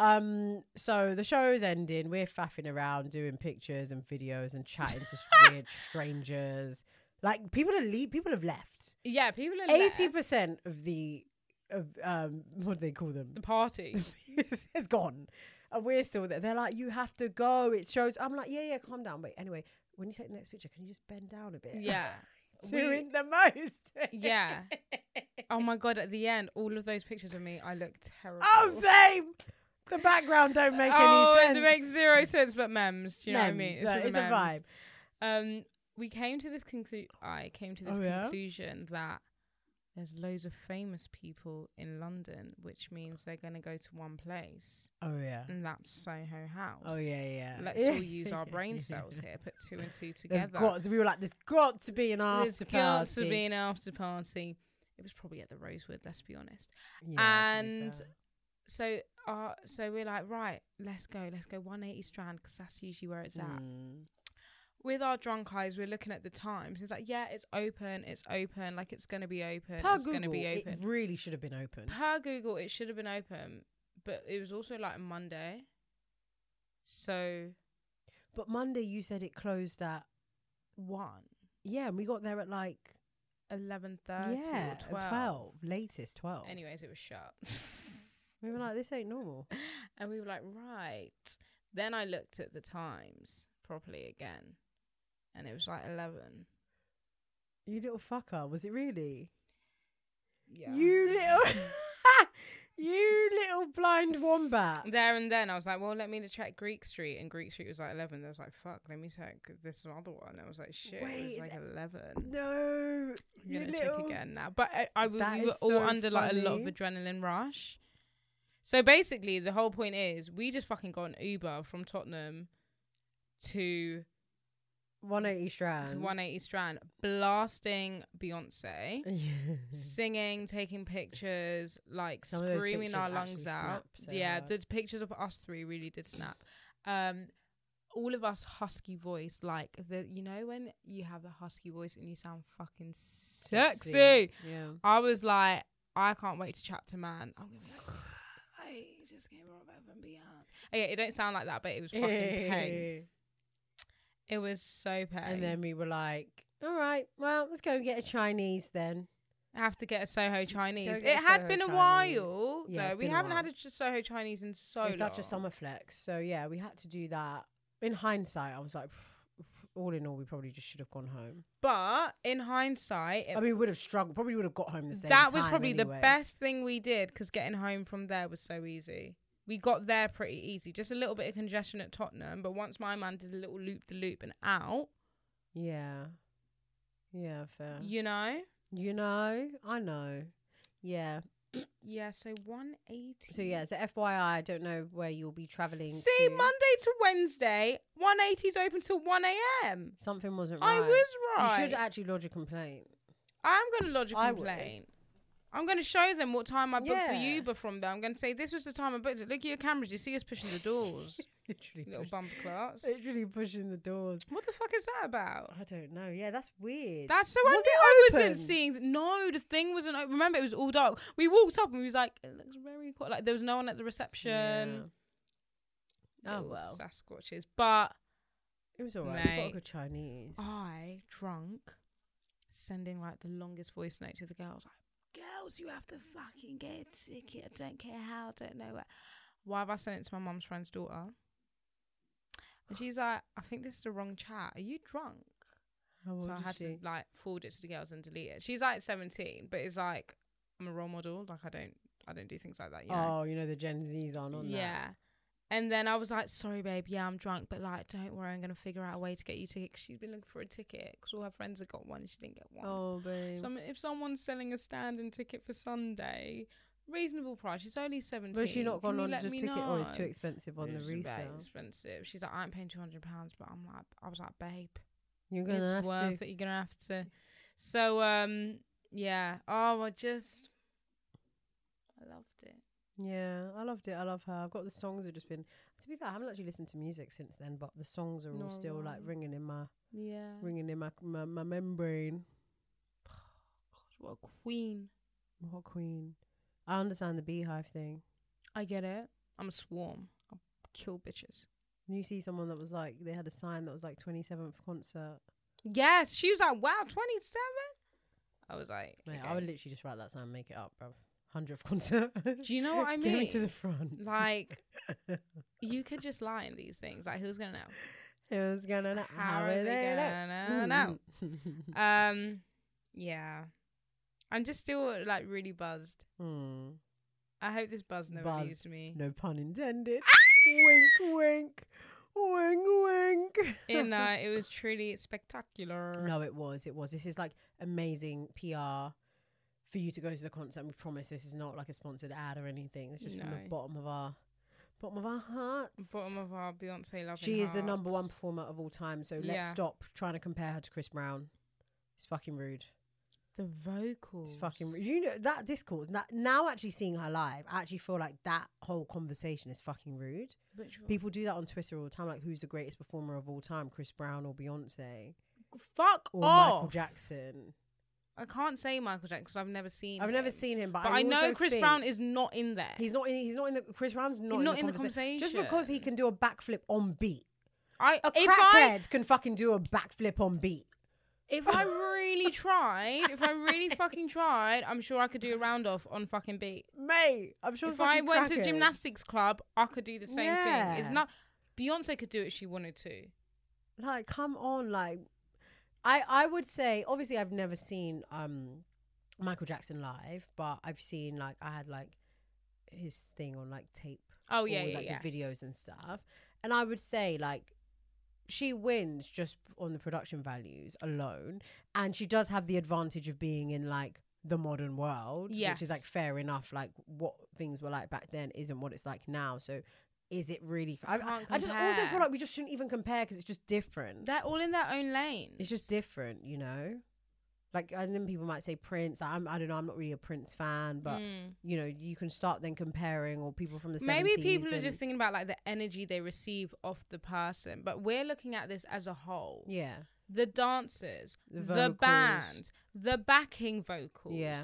Um, so the show's ending. We're faffing around, doing pictures and videos and chatting to s- weird strangers. Like people are le- people have left.
yeah, people are
Eighty
eighty
percent of the of um what do they call them?
the party.
it's it's gone. And we're still there. They're like, you have to go. It shows. I'm like, yeah, yeah, calm down. Wait, anyway, when you take the next picture, can you just bend down a bit?
yeah, We-
Doing the most.
yeah. Oh my god! At the end, all of those pictures of me, I look terrible.
Oh, same. The background don't make
Oh,
any sense.
it makes zero sense, but memes. Do you know what I mean?
Memes, uh,
for the
it's a
memes.
vibe.
Um, we came to this conclusion. I came to this
Oh, yeah?
conclusion that there's loads of famous people in London, which means they're going to go to one place,
Oh yeah.
and that's Soho House.
Oh yeah, yeah.
Mm. Let's all use our brain cells here. Put two and two
There's
together.
got to, we were like, there's got to be an after
There's got
party.
to be an after party. It was probably at the Rosewood. Let's be honest.
Yeah, to be
and
fair. Mm.
So, uh, so we're like, right, let's go, let's go 180 Strand because that's usually where it's at.
Mm.
With our drunk eyes, we're looking at the times. It's like, yeah, it's open, it's open, like it's gonna be open,
Per
it's gonna
Google,
be
it
open.
really should have been open.
per Google, it should have been open, but it was also like Monday. So
But Monday you said it closed at
one,
yeah, and we got there at like
eleven thirty,
yeah,
or 12.
latest twelve.
Anyways, it was shut.
we were like, this ain't normal.
And we were like, right. Then I looked at the times properly again, and it was like 11.
You little fucker, was it really?
Yeah.
You little, you little blind wombat.
There and then, I was like, well, let me check Greek Street. And Greek Street was like 11. I was like, fuck, let me check this other one. I was like, shit,
Wait,
it
is
was like
it-
11.
No,
I'm
you
gonna
little.
check again now. But uh, I, I we
That
were
is
all
so
under like a lot of
funny.
adrenaline rush. So basically, the whole point is we just fucking got an Uber from Tottenham to
180
to
Strand.
180 Strand, blasting Beyonce.
Yeah.
singing, taking pictures, like
Some of those
screaming our
pictures actually
lungs out.
snap so
yeah,
hard.
the pictures of us three really did snap. Um, all of us husky voice, like the you know when you have the husky voice and you sound fucking sexy.
Yeah.
I was like, I can't wait to chat to man. I'm gonna be like, I just came from above and beyond. Okay, it don't sound like that, but it was fucking pain. It was so pain.
And then we were like, all right, well, let's go and get a Chinese then.
I have to get a Soho Chinese.
Go
It
get a
had
Soho
been a
Chinese.
while
Yeah, it's
though. We
been a
haven't
while.
had a ch- Soho Chinese in so
it's
long.
such a summer flex. So, yeah, we had to do that. In hindsight, I was like, all in all, we probably just should have gone home.
But in hindsight, it-
I mean, we would have struggled. Probably would have got home the same
that was
time
probably the
anyway.
best thing we did because getting home from there was so easy. We got there pretty easy. Just a little bit of congestion at Tottenham, but once my man did a little loop de loop and out,
Yeah. Yeah, fair.
you know.
You know, I know. Yeah.
Yeah, so 180.
So, yeah, so FYI, I don't know where you'll be traveling.
See,
to.
Monday to Wednesday, 180's open till 1 a.m.
Something wasn't right.
I was right.
You should actually lodge a complaint.
I'm going to lodge a
I would.
complaint. I'm going to show them what time I booked
Yeah.
the Uber from there. I'm going to say, this was the time I booked it. Look at your cameras. You see us pushing the doors.
Literally,
Little
push-
bumper class.
literally pushing the doors.
What the fuck is that about?
I don't know. Yeah, that's weird.
That's so
Was
I
it
knew I
open?
wasn't seeing. No, the thing wasn't open. Remember, it was all dark. We walked up and we was like, it looks very cool. Like, there was no one at the reception.
Yeah. Oh,
Little
well.
Sasquatches. But
It was alright. We got a
Mate. Oh,
good Chinese.
I, drunk, sending like the longest voice note to the girls. Like, girls, you have to fucking get a ticket. I don't care how, I don't know where. Why have I sent it to my mum's friend's daughter? And she's like, I think this is the wrong chat. Are you drunk?
How old
so I
is
had
she?
to like forward it to the girls and delete it. She's like 17, but it's like I'm a role model. Like I don't, I don't do things like that. You know?
Oh, you know the Gen Zs aren't on that.
Yeah. And then I was like, sorry, babe, yeah, I'm drunk, but like, don't worry, I'm going to figure out a way to get you a ticket. 'cause she's been looking for a ticket because all her friends have got one and she didn't get one.
Oh, babe.
So I'm- if someone's selling a standing ticket for Sunday, reasonable price. She's only seventeen.
But she not
Can
gone
you
on the
let me
ticket or it's
know?
too expensive on the
It's a bit
resale.
expensive. She's like, I ain't paying two hundred pounds, but I'm like, I was like, babe,
You're gonna
it's
have
worth
to.
it. You're gonna have to. So um, yeah. Oh, I just, I loved it.
Yeah, I loved it. I love her. I've got the songs have just been. To be fair, I haven't actually listened to music since then, but the songs are all
No,
still like
right.
ringing in my
Yeah.
ringing in my my, my membrane.
What a queen.
What queen? I understand the beehive thing.
I get it. I'm a swarm. I'll kill bitches.
You see someone that was like they had a sign that was like twenty seventh concert.
Yes, she was like, wow, twenty seven. I was like,
Mate,
okay.
I would literally just write that sign, and make it up, bruv. Hundredth concert.
Do you know what I
Get me to the
mean?
front.
like, you could just lie in these things. Like, who's gonna know?
Who's gonna know?
How are they gonna know? Um, yeah, I'm just still like really buzzed.
Hmm.
I hope this buzz never
Buzzed.
leaves me.
No pun intended.
Ah!
wink, wink, wink, wink.
And uh, it was truly spectacular.
No, it was. It was. This is like amazing PR for you to go to the concert. And we promise this is not like a sponsored ad or anything. It's just from the
No.
bottom of our bottom of our hearts.
Bottom of our Beyonce love.
she is the number one performer of all time. So let's
Yeah.
stop trying to compare her to Chris Brown. It's fucking rude.
The vocals.
It's fucking rude. You know that discourse. That now actually seeing her live, I actually feel like that whole conversation is fucking rude.
Which one?
People do that on Twitter all the time. Like who's the greatest performer of all time? Chris Brown or Beyonce
Fuck
or Oh, Michael
off.
Jackson?
I can't say Michael Jackson because I've never seen.
I've never
him.
seen him, but,
But I, know Chris
think
Brown is not in there.
He's not in. He's not in the. Chris Brown's not,
Not
in, the,
in the
conversation. Just because he
conversation.
can do a backflip on beat,
I
a
if I
crackhead can fucking do a backflip on beat.
if I really tried, if I really fucking tried, I'm sure I could do a round off on fucking beat.
Mate, I'm sure.
if I
fucking
went to
crackheads-
a gymnastics club, I could do the same thing.
Yeah.
It's not Beyonce could do it if she wanted to.
like, come on, like, I I would say obviously I've never seen um Michael Jackson live, but I've seen like I had like his thing on like tape.
Oh
all,
yeah, yeah,
like
yeah.
the videos and stuff. And I would say like she wins just on the production values alone, and she does have the advantage of being in like the modern world, which is like
Yes.
fair enough. Like what things were like back then isn't what it's like now. So is it really? I,
Can't
I just also feel
compare.
like we just shouldn't even compare because it's just different.
They're all in their own lane.
it's just different, you know. Like and then people might say Prince. I'm I don't know. I'm not really a Prince fan, but
Mm.
you know you can start then comparing or people from the 70s
Maybe people are
and-
just thinking about like the energy they receive off the person, but we're looking at this as a whole.
yeah.
The dancers,
The
the,
vocals.
band, the backing vocals,
Yeah,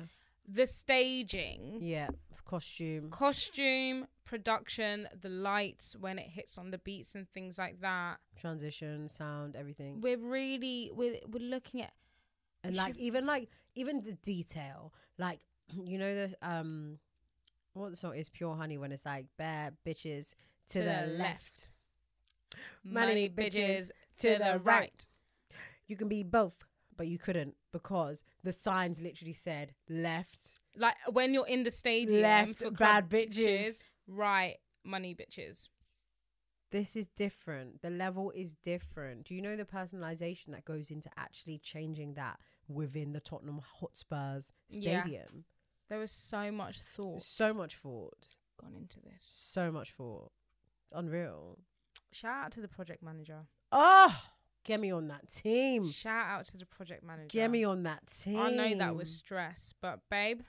the staging,
yeah. Costume.
costume, production, the lights when it hits on the beats and things like that.
transition, sound, everything.
We're really we're we're looking at
And
we
like
should-
even like even the detail. Like you know the um what the song is pure honey when it's like bad bitches to, the, left. Money
money
bitches
bitches to the right.
You can be both, but you couldn't because the signs literally said left,
Like when you're in the stadium
left,
for club
bad bitches.
right, money bitches.
This is different. The level is different. Do you know the personalization that goes into actually changing that within the Tottenham Hotspurs
Yeah.
stadium?
There was so much thought
So much thought.
gone into this.
so much for. It's unreal.
Shout out to the project manager.
Oh,
Ah!
get me on that team.
Shout out to the project manager.
Mm. Get me on that team.
I know that was stress, but babe,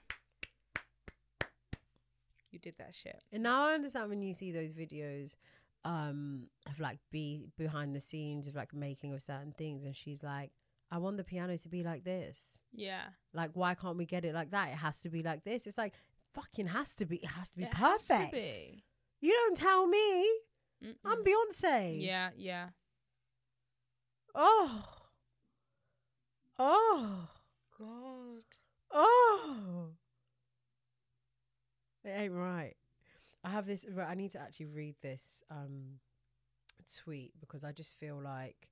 you did that shit.
And now I understand when you see those videos um of like be behind the scenes of like making of certain things and she's like I want the piano to be like this.
Yeah.
Like why can't we get it like that? It has to be like this. It's like fucking has to be it has to be
It has
perfect.
to be.
You don't tell me. I'm
Mm-mm.
Beyonce.
Yeah, yeah.
Oh. Oh.
God.
Oh, it ain't right. I have this. right, I need to actually read this um, tweet because I just feel like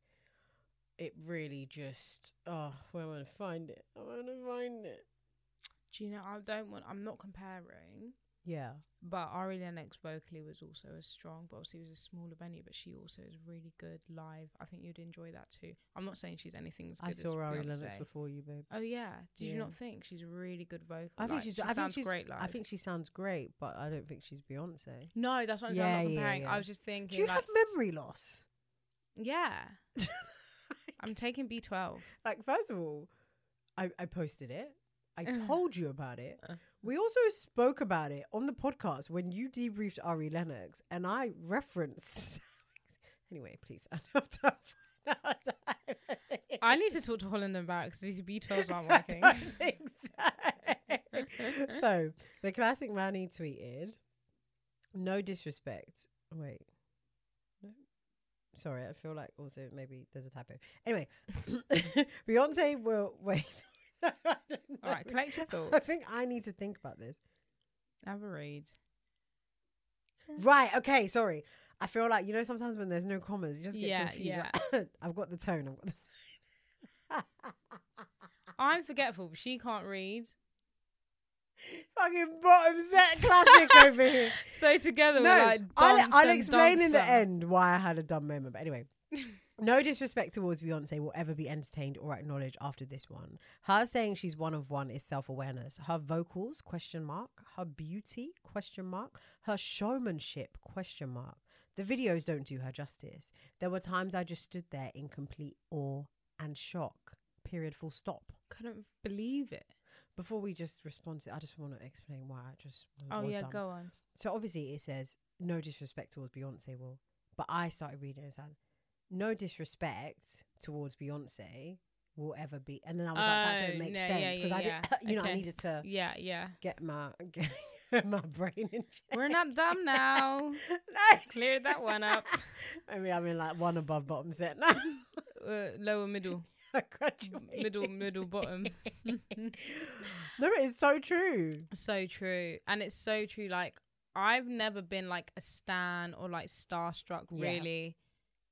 it really just. Oh, where am I going to find it? I'm going to find it.
Do you know I don't want I'm not comparing,
Yeah.
But Ari Lennox vocally was also as strong, but obviously it was a smaller venue. But she also is really good live. I think you'd enjoy that too. I'm not saying she's anything as good
I saw
as
Ari
Beyonce.
Lennox before you, babe.
Oh yeah, did you
Yeah.
not think she's a really good vocal?
I think
Like,
she's-
She
I think
sounds
she's-
great live.
I think she sounds great, but I don't think she's Beyonce.
No, that's what I'm saying. I'm not
Yeah, yeah,
comparing.
yeah.
I was just thinking.
Do you
like,
have memory loss?
yeah, I'm taking B12.
like, first of all, I, I posted it. I
Uh.
told you about it.
Uh.
We also spoke about it on the podcast when you debriefed Ari Lennox, and I referenced. anyway, please, I don't have time. I don't have time.
I need to talk to Holland and Barrett because these B12s aren't
I
working.
don't think so. so the classic Manny tweeted, "No disrespect." Wait, no. Sorry, I feel like also maybe there's a typo. Anyway, Beyonce will wait. I don't
All right,
know.
collect your
I
thoughts.
think I need to think about this.
Have a read.
Right. Okay. Sorry. I feel like you know sometimes when there's no commas, you just get
Yeah,
confused.
yeah.
like, I've got the tone. I've got the
I'm forgetful, but she can't read.
fucking bottom set classic over here.
So together we're like,
I'll,
dance
I'll
and
explain in the
dancer.
end why I had a dumb moment. But anyway, no disrespect towards Beyonce will ever be entertained or acknowledged after this one. Her saying she's one of one is self awareness. Her vocals question mark. Her beauty question mark. Her showmanship question mark. The videos don't do her justice. There were times I just stood there in complete awe and shock. Period. Full stop.
Couldn't believe it.
Before we just respond to, I just want to explain why I just
Oh
was
yeah,
dumb.
go on.
So obviously it says no disrespect towards Beyonce, Will. But I started reading it as like, no disrespect towards Beyonce will ever be. And then I was like, that
Oh,
don't make
no, yeah,
sense because
yeah,
I did,
yeah.
you know, I
Okay.
needed to
Yeah, yeah.
get my get my brain in check.
We're not dumb now.
No.
Cleared that one up.
I mean, I'm in like one above bottom set now.
Uh, lower middle,
I
M-
graduated.
middle, middle, bottom.
No, but it's so true.
so true, and it's so true. Like I've never been like a stan or like starstruck.
Yeah.
Really,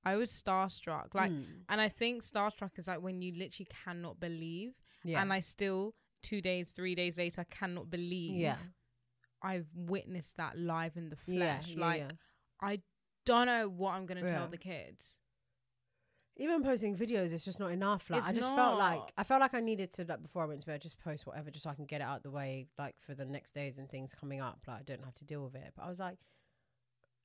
I was starstruck. Like,
Mm.
and I think starstruck is like when you literally cannot believe,
yeah,
and I still two days, three days later, cannot believe.
yeah,
I've witnessed that live in the
yeah,
flesh.
yeah,
like
yeah.
I don't know what I'm gonna
Yeah.
tell the kids.
even posting videos it's just not enough like
It's
i just felt like
not.
i felt like i needed to like before i went to bed just post whatever just so i can get it out the way like for the next days and things coming up like i don't have to deal with it but i was like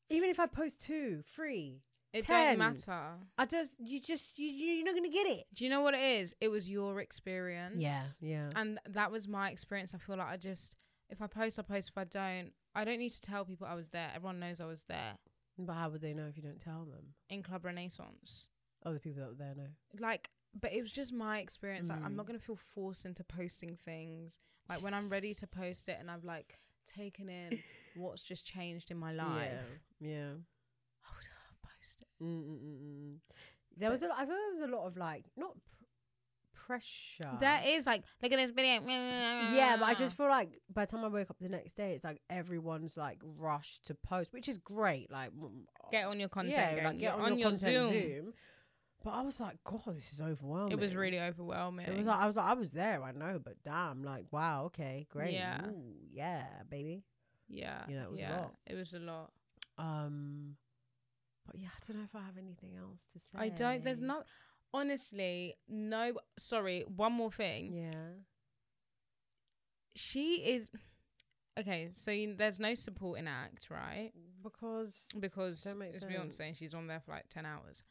even if i post two three
It
Ten.
don't matter.
i just you just you you- you're not gonna get it
Do you know what it is? It was your experience.
yeah
And that was my experience. I feel like I just if I post, I post. If I don't, I don't need to tell people I was there. Everyone knows I was there
but how would they know if you don't tell them
in Club Renaissance.
oh the people that were there know
Like but it was just my experience. Like I'm
Mm.
not gonna feel forced into posting things. Like when I'm ready to post it and I've like taken in what's just changed in my life.
yeah, yeah.
Hold up, post it.
Mm, mm, mm, mm. there was a i feel there was a lot of like not pr- pressure
There is like look at this video.
Ah. Yeah,
Ah.
but I just feel like by the time I wake up the next day, it's like everyone's like rushed to post, which is great. Like mm,
get on your content.
yeah,
gang.
like get
You're
on, your, content Zoom.
Zoom.
But I was like, God, this is overwhelming.
It was really overwhelming.
It was like I was like I was there, I know, but damn, like wow, okay, great,
Yeah.
Ooh, yeah, baby.
yeah,
you know, it was a
yeah,
lot.
It was a lot.
Um, but yeah, I don't know if I have anything else to say.
I don't. There's not. Honestly, no. Sorry. One more thing.
Yeah,
She is. Okay, so you, there's no supporting act, right?
because
Because
Don't make
it's Beyonce and
sense.
she's on there for like ten hours.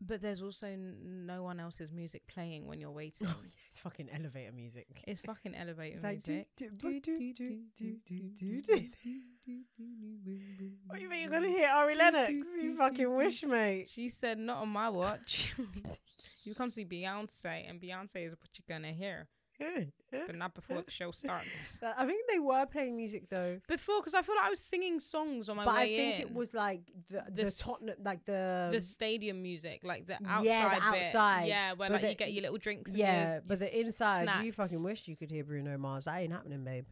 But there's also n- no one else's music playing when you're waiting.
oh, yeah, it's fucking elevator music.
It's fucking elevator
It's like
music.
do do
Do,
do do
do,
do
do,
do do
do,
do.
What
What you mean you're gonna hear Ari Lennox? You fucking wish, mate.
She said, "Not on my watch. you come see Beyonce, and Beyonce is what you're gonna hear, but not before the show starts."
Uh, I think they were playing music though,
Before, because I feel like I was singing songs on my
but
way
I think it
in.
was like the the,
This-
Tottenham, like the,
the stadium music, like the
Um, Yeah,
outside,
the
bit.
outside.
yeah, where
But
like
the-
you get your little drinks. and
yeah,
yours-
but
your
the inside. You
snacks.
fucking wished you could hear Bruno Mars. That ain't happening, babe.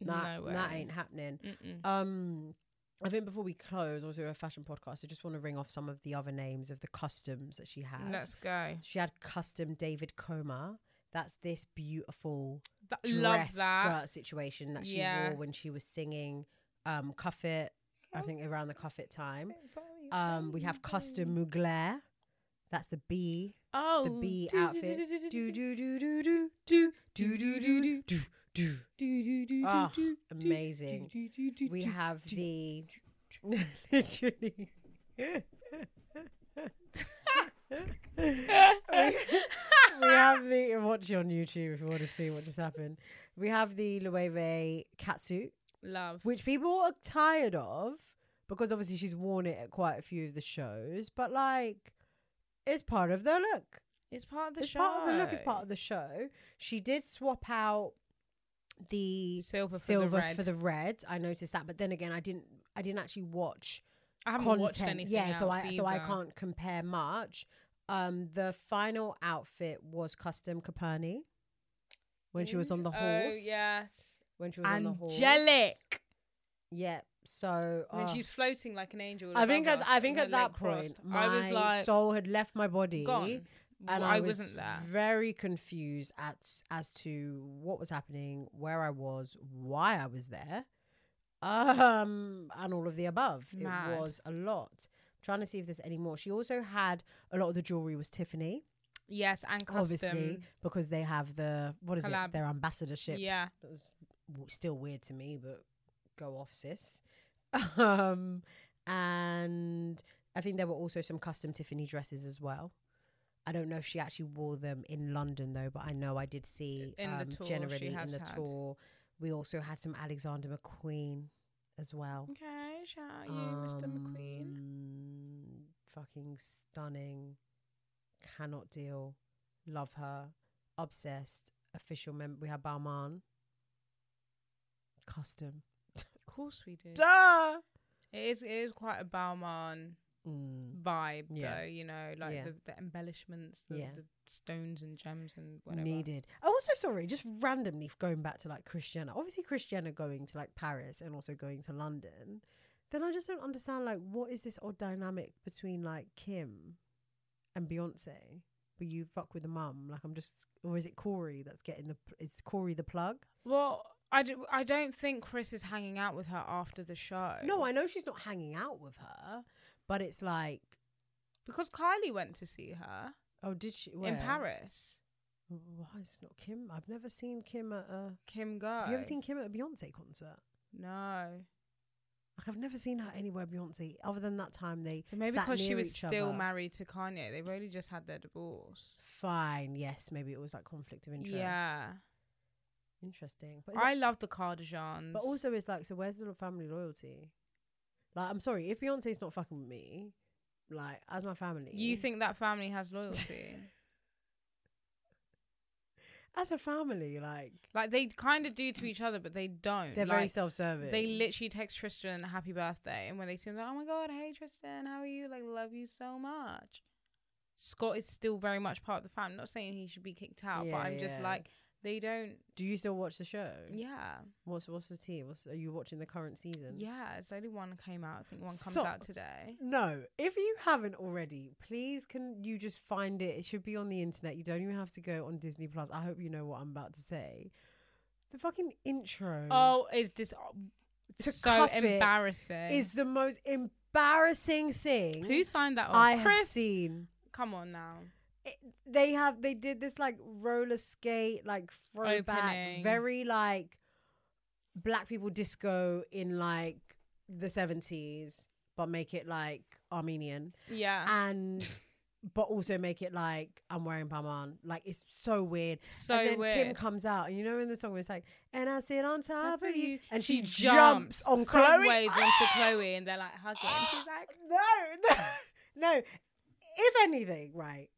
Nah,
no way.
that ain't happening.
Mm-mm.
Um, I think before we close, also we're a fashion podcast. I just want to ring off some of the other names of the customs that she had.
Let's go.
She had custom David Coma. That's this beautiful
That, love
dress
that.
skirt situation that she
Yeah. Oh.
wore when she was singing um, Cuff It, I think around the Cuff It time. Um, we have custom mugler. That's the bee.
oh,
The bee
do- do-
outfit.
do- do- do-
Do do do
do-
do do do do do do do do.
do- do- do-
Ah,
do- do- do-
amazing.
do- do- do-
We
do-
have
do-
the literally. we have the watch it on YouTube if you want to see what just happened. We have the Loewe catsuit,
love.
which people are tired of because obviously she's worn it at quite a few of the shows, but like it's part of their look.
It's part of the
it's
show.
part of the look, it's part of the show. She did swap out the
silver,
silver
for the red.
red. I noticed that, but then again, I didn't. I didn't actually watch
I haven't
content.
watched anything.
yeah, so
else
I so I
either.
can't compare much. Um, the final outfit was custom Caperni when she was on the
Inter-
horse.
Oh yes,
when she was on the horse.
angelic.
Yeah. So
When
oh.
she's floating like an angel.
I think
above
at,
us
I
and
think
her
at that
leg crossed.
point, my
I was like
soul had left my body.
gone,
and
Well,
I,
I
was
wasn't there.
Very confused at as to what was happening, where I was, why I was there, um, and all of the above.
Mad.
It was a lot. Trying to see if there's any more. She also had a lot of the jewelry was Tiffany,
Yes, and custom.
obviously, because they have the what is
Collab.
it? Their ambassadorship.
Yeah,
That was w- still weird to me, but go off, sis. Um, and I think there were also some custom Tiffany dresses as well. I don't know if she actually wore them in London though, but I know I did see
In the
um,
tour she
generally in
has
the
had.
tour. We also had some Alexander McQueen as well.
Okay, shout out you, Mr. McQueen.
Um, Fucking stunning. Cannot deal. Love her. Obsessed. Official member. We have Balmain. Custom.
Of course we do.
Duh!
It is it is quite a Bauman
Mm.
vibe
Yeah.
though, you know, like
Yeah.
the, the embellishments, the,
Yeah.
the stones and gems and whatever.
Needed. I Also, sorry, just randomly going back to like Christiana. Obviously, Christiana going to like Paris and also going to London. Then I just don't understand like what is this odd dynamic between like Kim and Beyonce? But you fuck with the mum. Like I'm just, or is it Corey that's getting the? p- It's Corey the plug?
Well, I, do, I don't think Chris is hanging out with her after the show.
No, I know she's not hanging out with her, but it's like,
because Kylie went to see her
oh, did she
in
where?
Paris.
Why it's not Kim? I've never seen Kim at a.
Kim go.
Have you ever seen Kim at a Beyonce concert?
No.
Like I've never seen her anywhere Beyonce other than that time they
But maybe
sat
because she
near
was
each
still
other.
married to Kanye. They've only just had their divorce.
Fine, yes, maybe it was like conflict of interest.
Yeah.
interesting. But, is
I
it-
love the Kardashians.
but also it's like, so where's the family loyalty? Like, I'm sorry, if Beyonce's not fucking with me, like as my family,
you think that family has loyalty?
as a family, like
like they kind of do to each other, but they don't.
they're
like,
very self-serving.
They literally text Tristan happy birthday, and when they see him, they're like, oh my god, hey Tristan, how are you? Like, love you so much. Scott is still very much part of the family. Not saying he should be kicked out,
Yeah,
but I'm just
yeah.
like, they don't.
Do you still watch the show?
Yeah,
What's what's the tea? What's are you watching the current season?
yeah. It's only one came out. I think one comes
So-
out today.
No, if you haven't already, please can you just find it? It should be on the internet. You don't even have to go on Disney Plus. I hope you know what I'm about to say. The fucking intro
Oh, is this
Mm. To
so
cuff it
embarrassing?
is the most embarrassing thing
who signed that? Off?
I
Chris,
have seen.
come on now.
It- they have they did this like roller skate like throwback,
Opening.
very like black people disco in like the 70s, but make it like Armenian.
Yeah,
and but also make it like I'm wearing Balmain. Like it's so weird.
so
and then
weird.
Kim comes out, and you know in the song where it's like, "And I sit on top of you," and she, jumps,
jumps
on Chloe.
sideways onto Chloe, and they're like hugging. She's like,
Ah, no, no. If anything, right,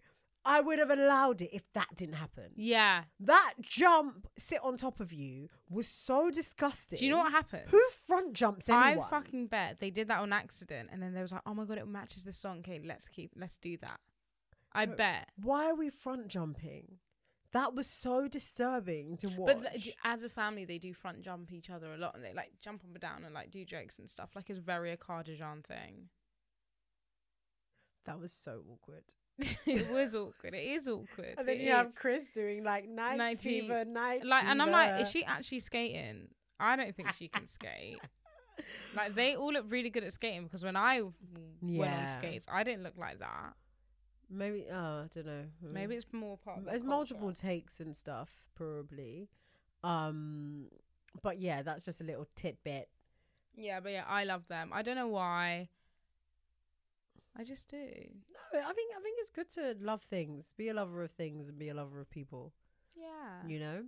I would have allowed it if that didn't happen.
yeah.
That jump, sit on top of you, was so disgusting.
Do you know what happened?
Who front jumps anyone?
I fucking bet they did that on accident, and then they was like, "Oh my god, it matches the song. Okay, let's keep, let's do that." I
No,
bet.
Why are we front jumping? That was so disturbing to watch.
But th- as a family, they do front jump each other a lot, and they like jump up and down and like do jokes and stuff. Like it's very a Kardashian thing.
That was so awkward.
it was awkward. It is awkward.
And then
It
you have
is.
Chris doing like night,
Night
fever, night
like, and I'm like,
fever."
is she actually skating? I don't think she can skate. Like they all look really good at skating because when I w- went on
Yeah.
skates, I didn't look like that.
maybe oh, I don't know.
Maybe it's more part. Of
there's
their
multiple
culture.
takes and stuff probably. Um, but yeah, that's just a little tidbit.
yeah, but yeah, I love them. I don't know why. I just do.
No, I think I think it's good to love things, be a lover of things, and be a lover of people.
Yeah,
You know.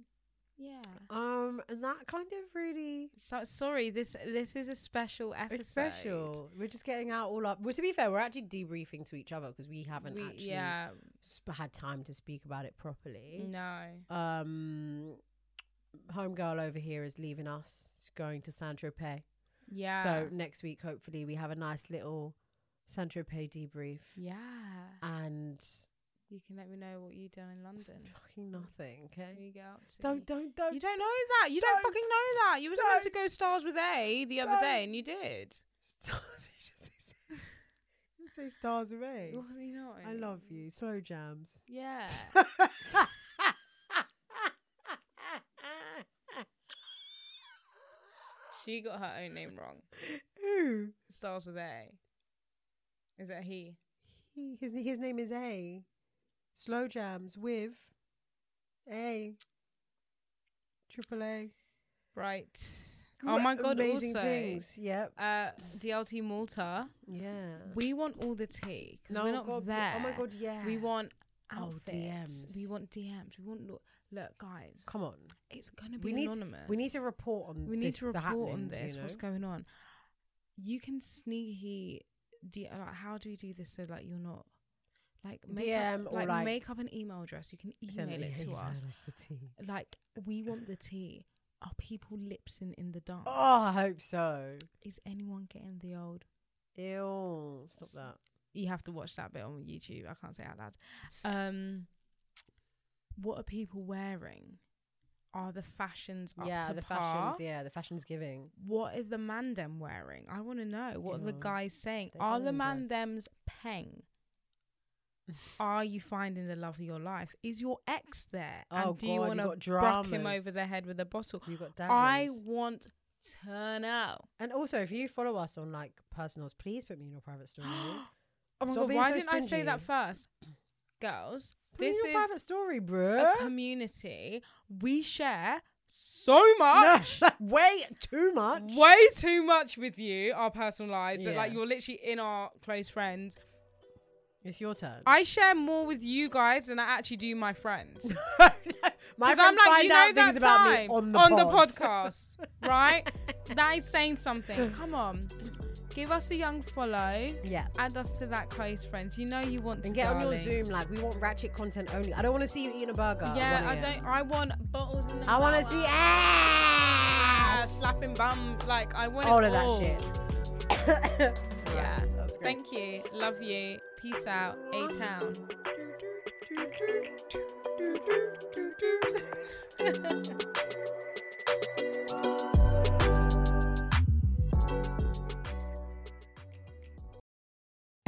yeah.
Um, and that kind of really
So sorry, this this is a special episode.
it's special. We're just getting out all up. Well, to be fair, we're actually debriefing to each other because we haven't
We-
actually
yeah,
sp- had time to speak about it properly.
no.
um homegirl over here is leaving us She's going to San Tropez.
Yeah.
So next week hopefully we have a nice little San Tropez debrief
yeah.
and
You can let me know what you done in London.
fucking nothing,
Who
okay?
you go out to.
Don't don't don't
You don't know that. You don't,
Don't.
fucking know that. You was meant to
Don't.
go stars with A the other
Don't.
day, and you did.
stars you just say, you say stars away.
Was he not?
I love you. Slow jams.
Yeah. she got her own name wrong.
Who?
Stars with A. Is that he?
He, his his name is A. Slow jams with A. Triple A.
Right. Oh my God,
Amazing
also-
things. Yep.
Uh, DLT Malta.
Yeah.
We want all the tea because we're not
God,
there.
Oh my god, yeah.
We want
Oh,
outfits. We
DMs.
want DMs. We want look. Look, guys,
Come on.
it's gonna be
We need
anonymous.
we need to report on
we need
this,
to
the
report on
happenings,
this.
you
What's
know?
going on? You can sneaky. D- like, how do you do this so like you're not like make
DM
up,
or, like-
make up an email address. You can
Send
email it
the
to
email
us.
the tea.
Like we want the tea. Are people lipsing in the dance?
Oh, I hope so.
Is anyone getting the old?
Ew. Stop that.
You have to watch that bit on YouTube. I can't say it out loud. Um, what are people wearing? Are the fashions up
yeah,
to
the
par?
fashions. Yeah, the fashions giving.
What is the man them wearing? I want to know. What are the
Yeah.
guys saying?
They
Are the
own
man
dress.
them's peng? Are you finding the love of your life? Is your ex there?
Oh,
and do you
God, you
want to
got
bruck him
dramas.
over the head with a bottle?
You got
I
daddies.
want turn out.
And also, if you follow us on like personals, please put me in your private story.
Oh my
Stop
god,
being
why
so
didn't I say that
stingy.
first? Girls,
put
this
me in your
is
private story,
a
bro.
community. We share so much.
way too much.
Way too much with you, our personal lives, that like you're
Yes.
literally in our close friends.
It's your turn.
I share more with you guys than I actually do my friends. Because
My friends
I'm like,
find
you know
out
that
things about me
time
on the pod.
podcast, right? that is saying something. Come on, give us a young follow.
Yeah.
Add us to that close friends. You know you want to
And get on your
darling.
Zoom. Like, we want ratchet content only. I don't want to see you eating a burger. at
Yeah,
1
I
a.m.
don't. I want bottles in the.
I want to
shower.
see
Yeah,
ass.
slapping bums. Like I want
all
it
of that
all.
shit.
Yeah.
That was great.
Thank you. Love you. Peace out. A town.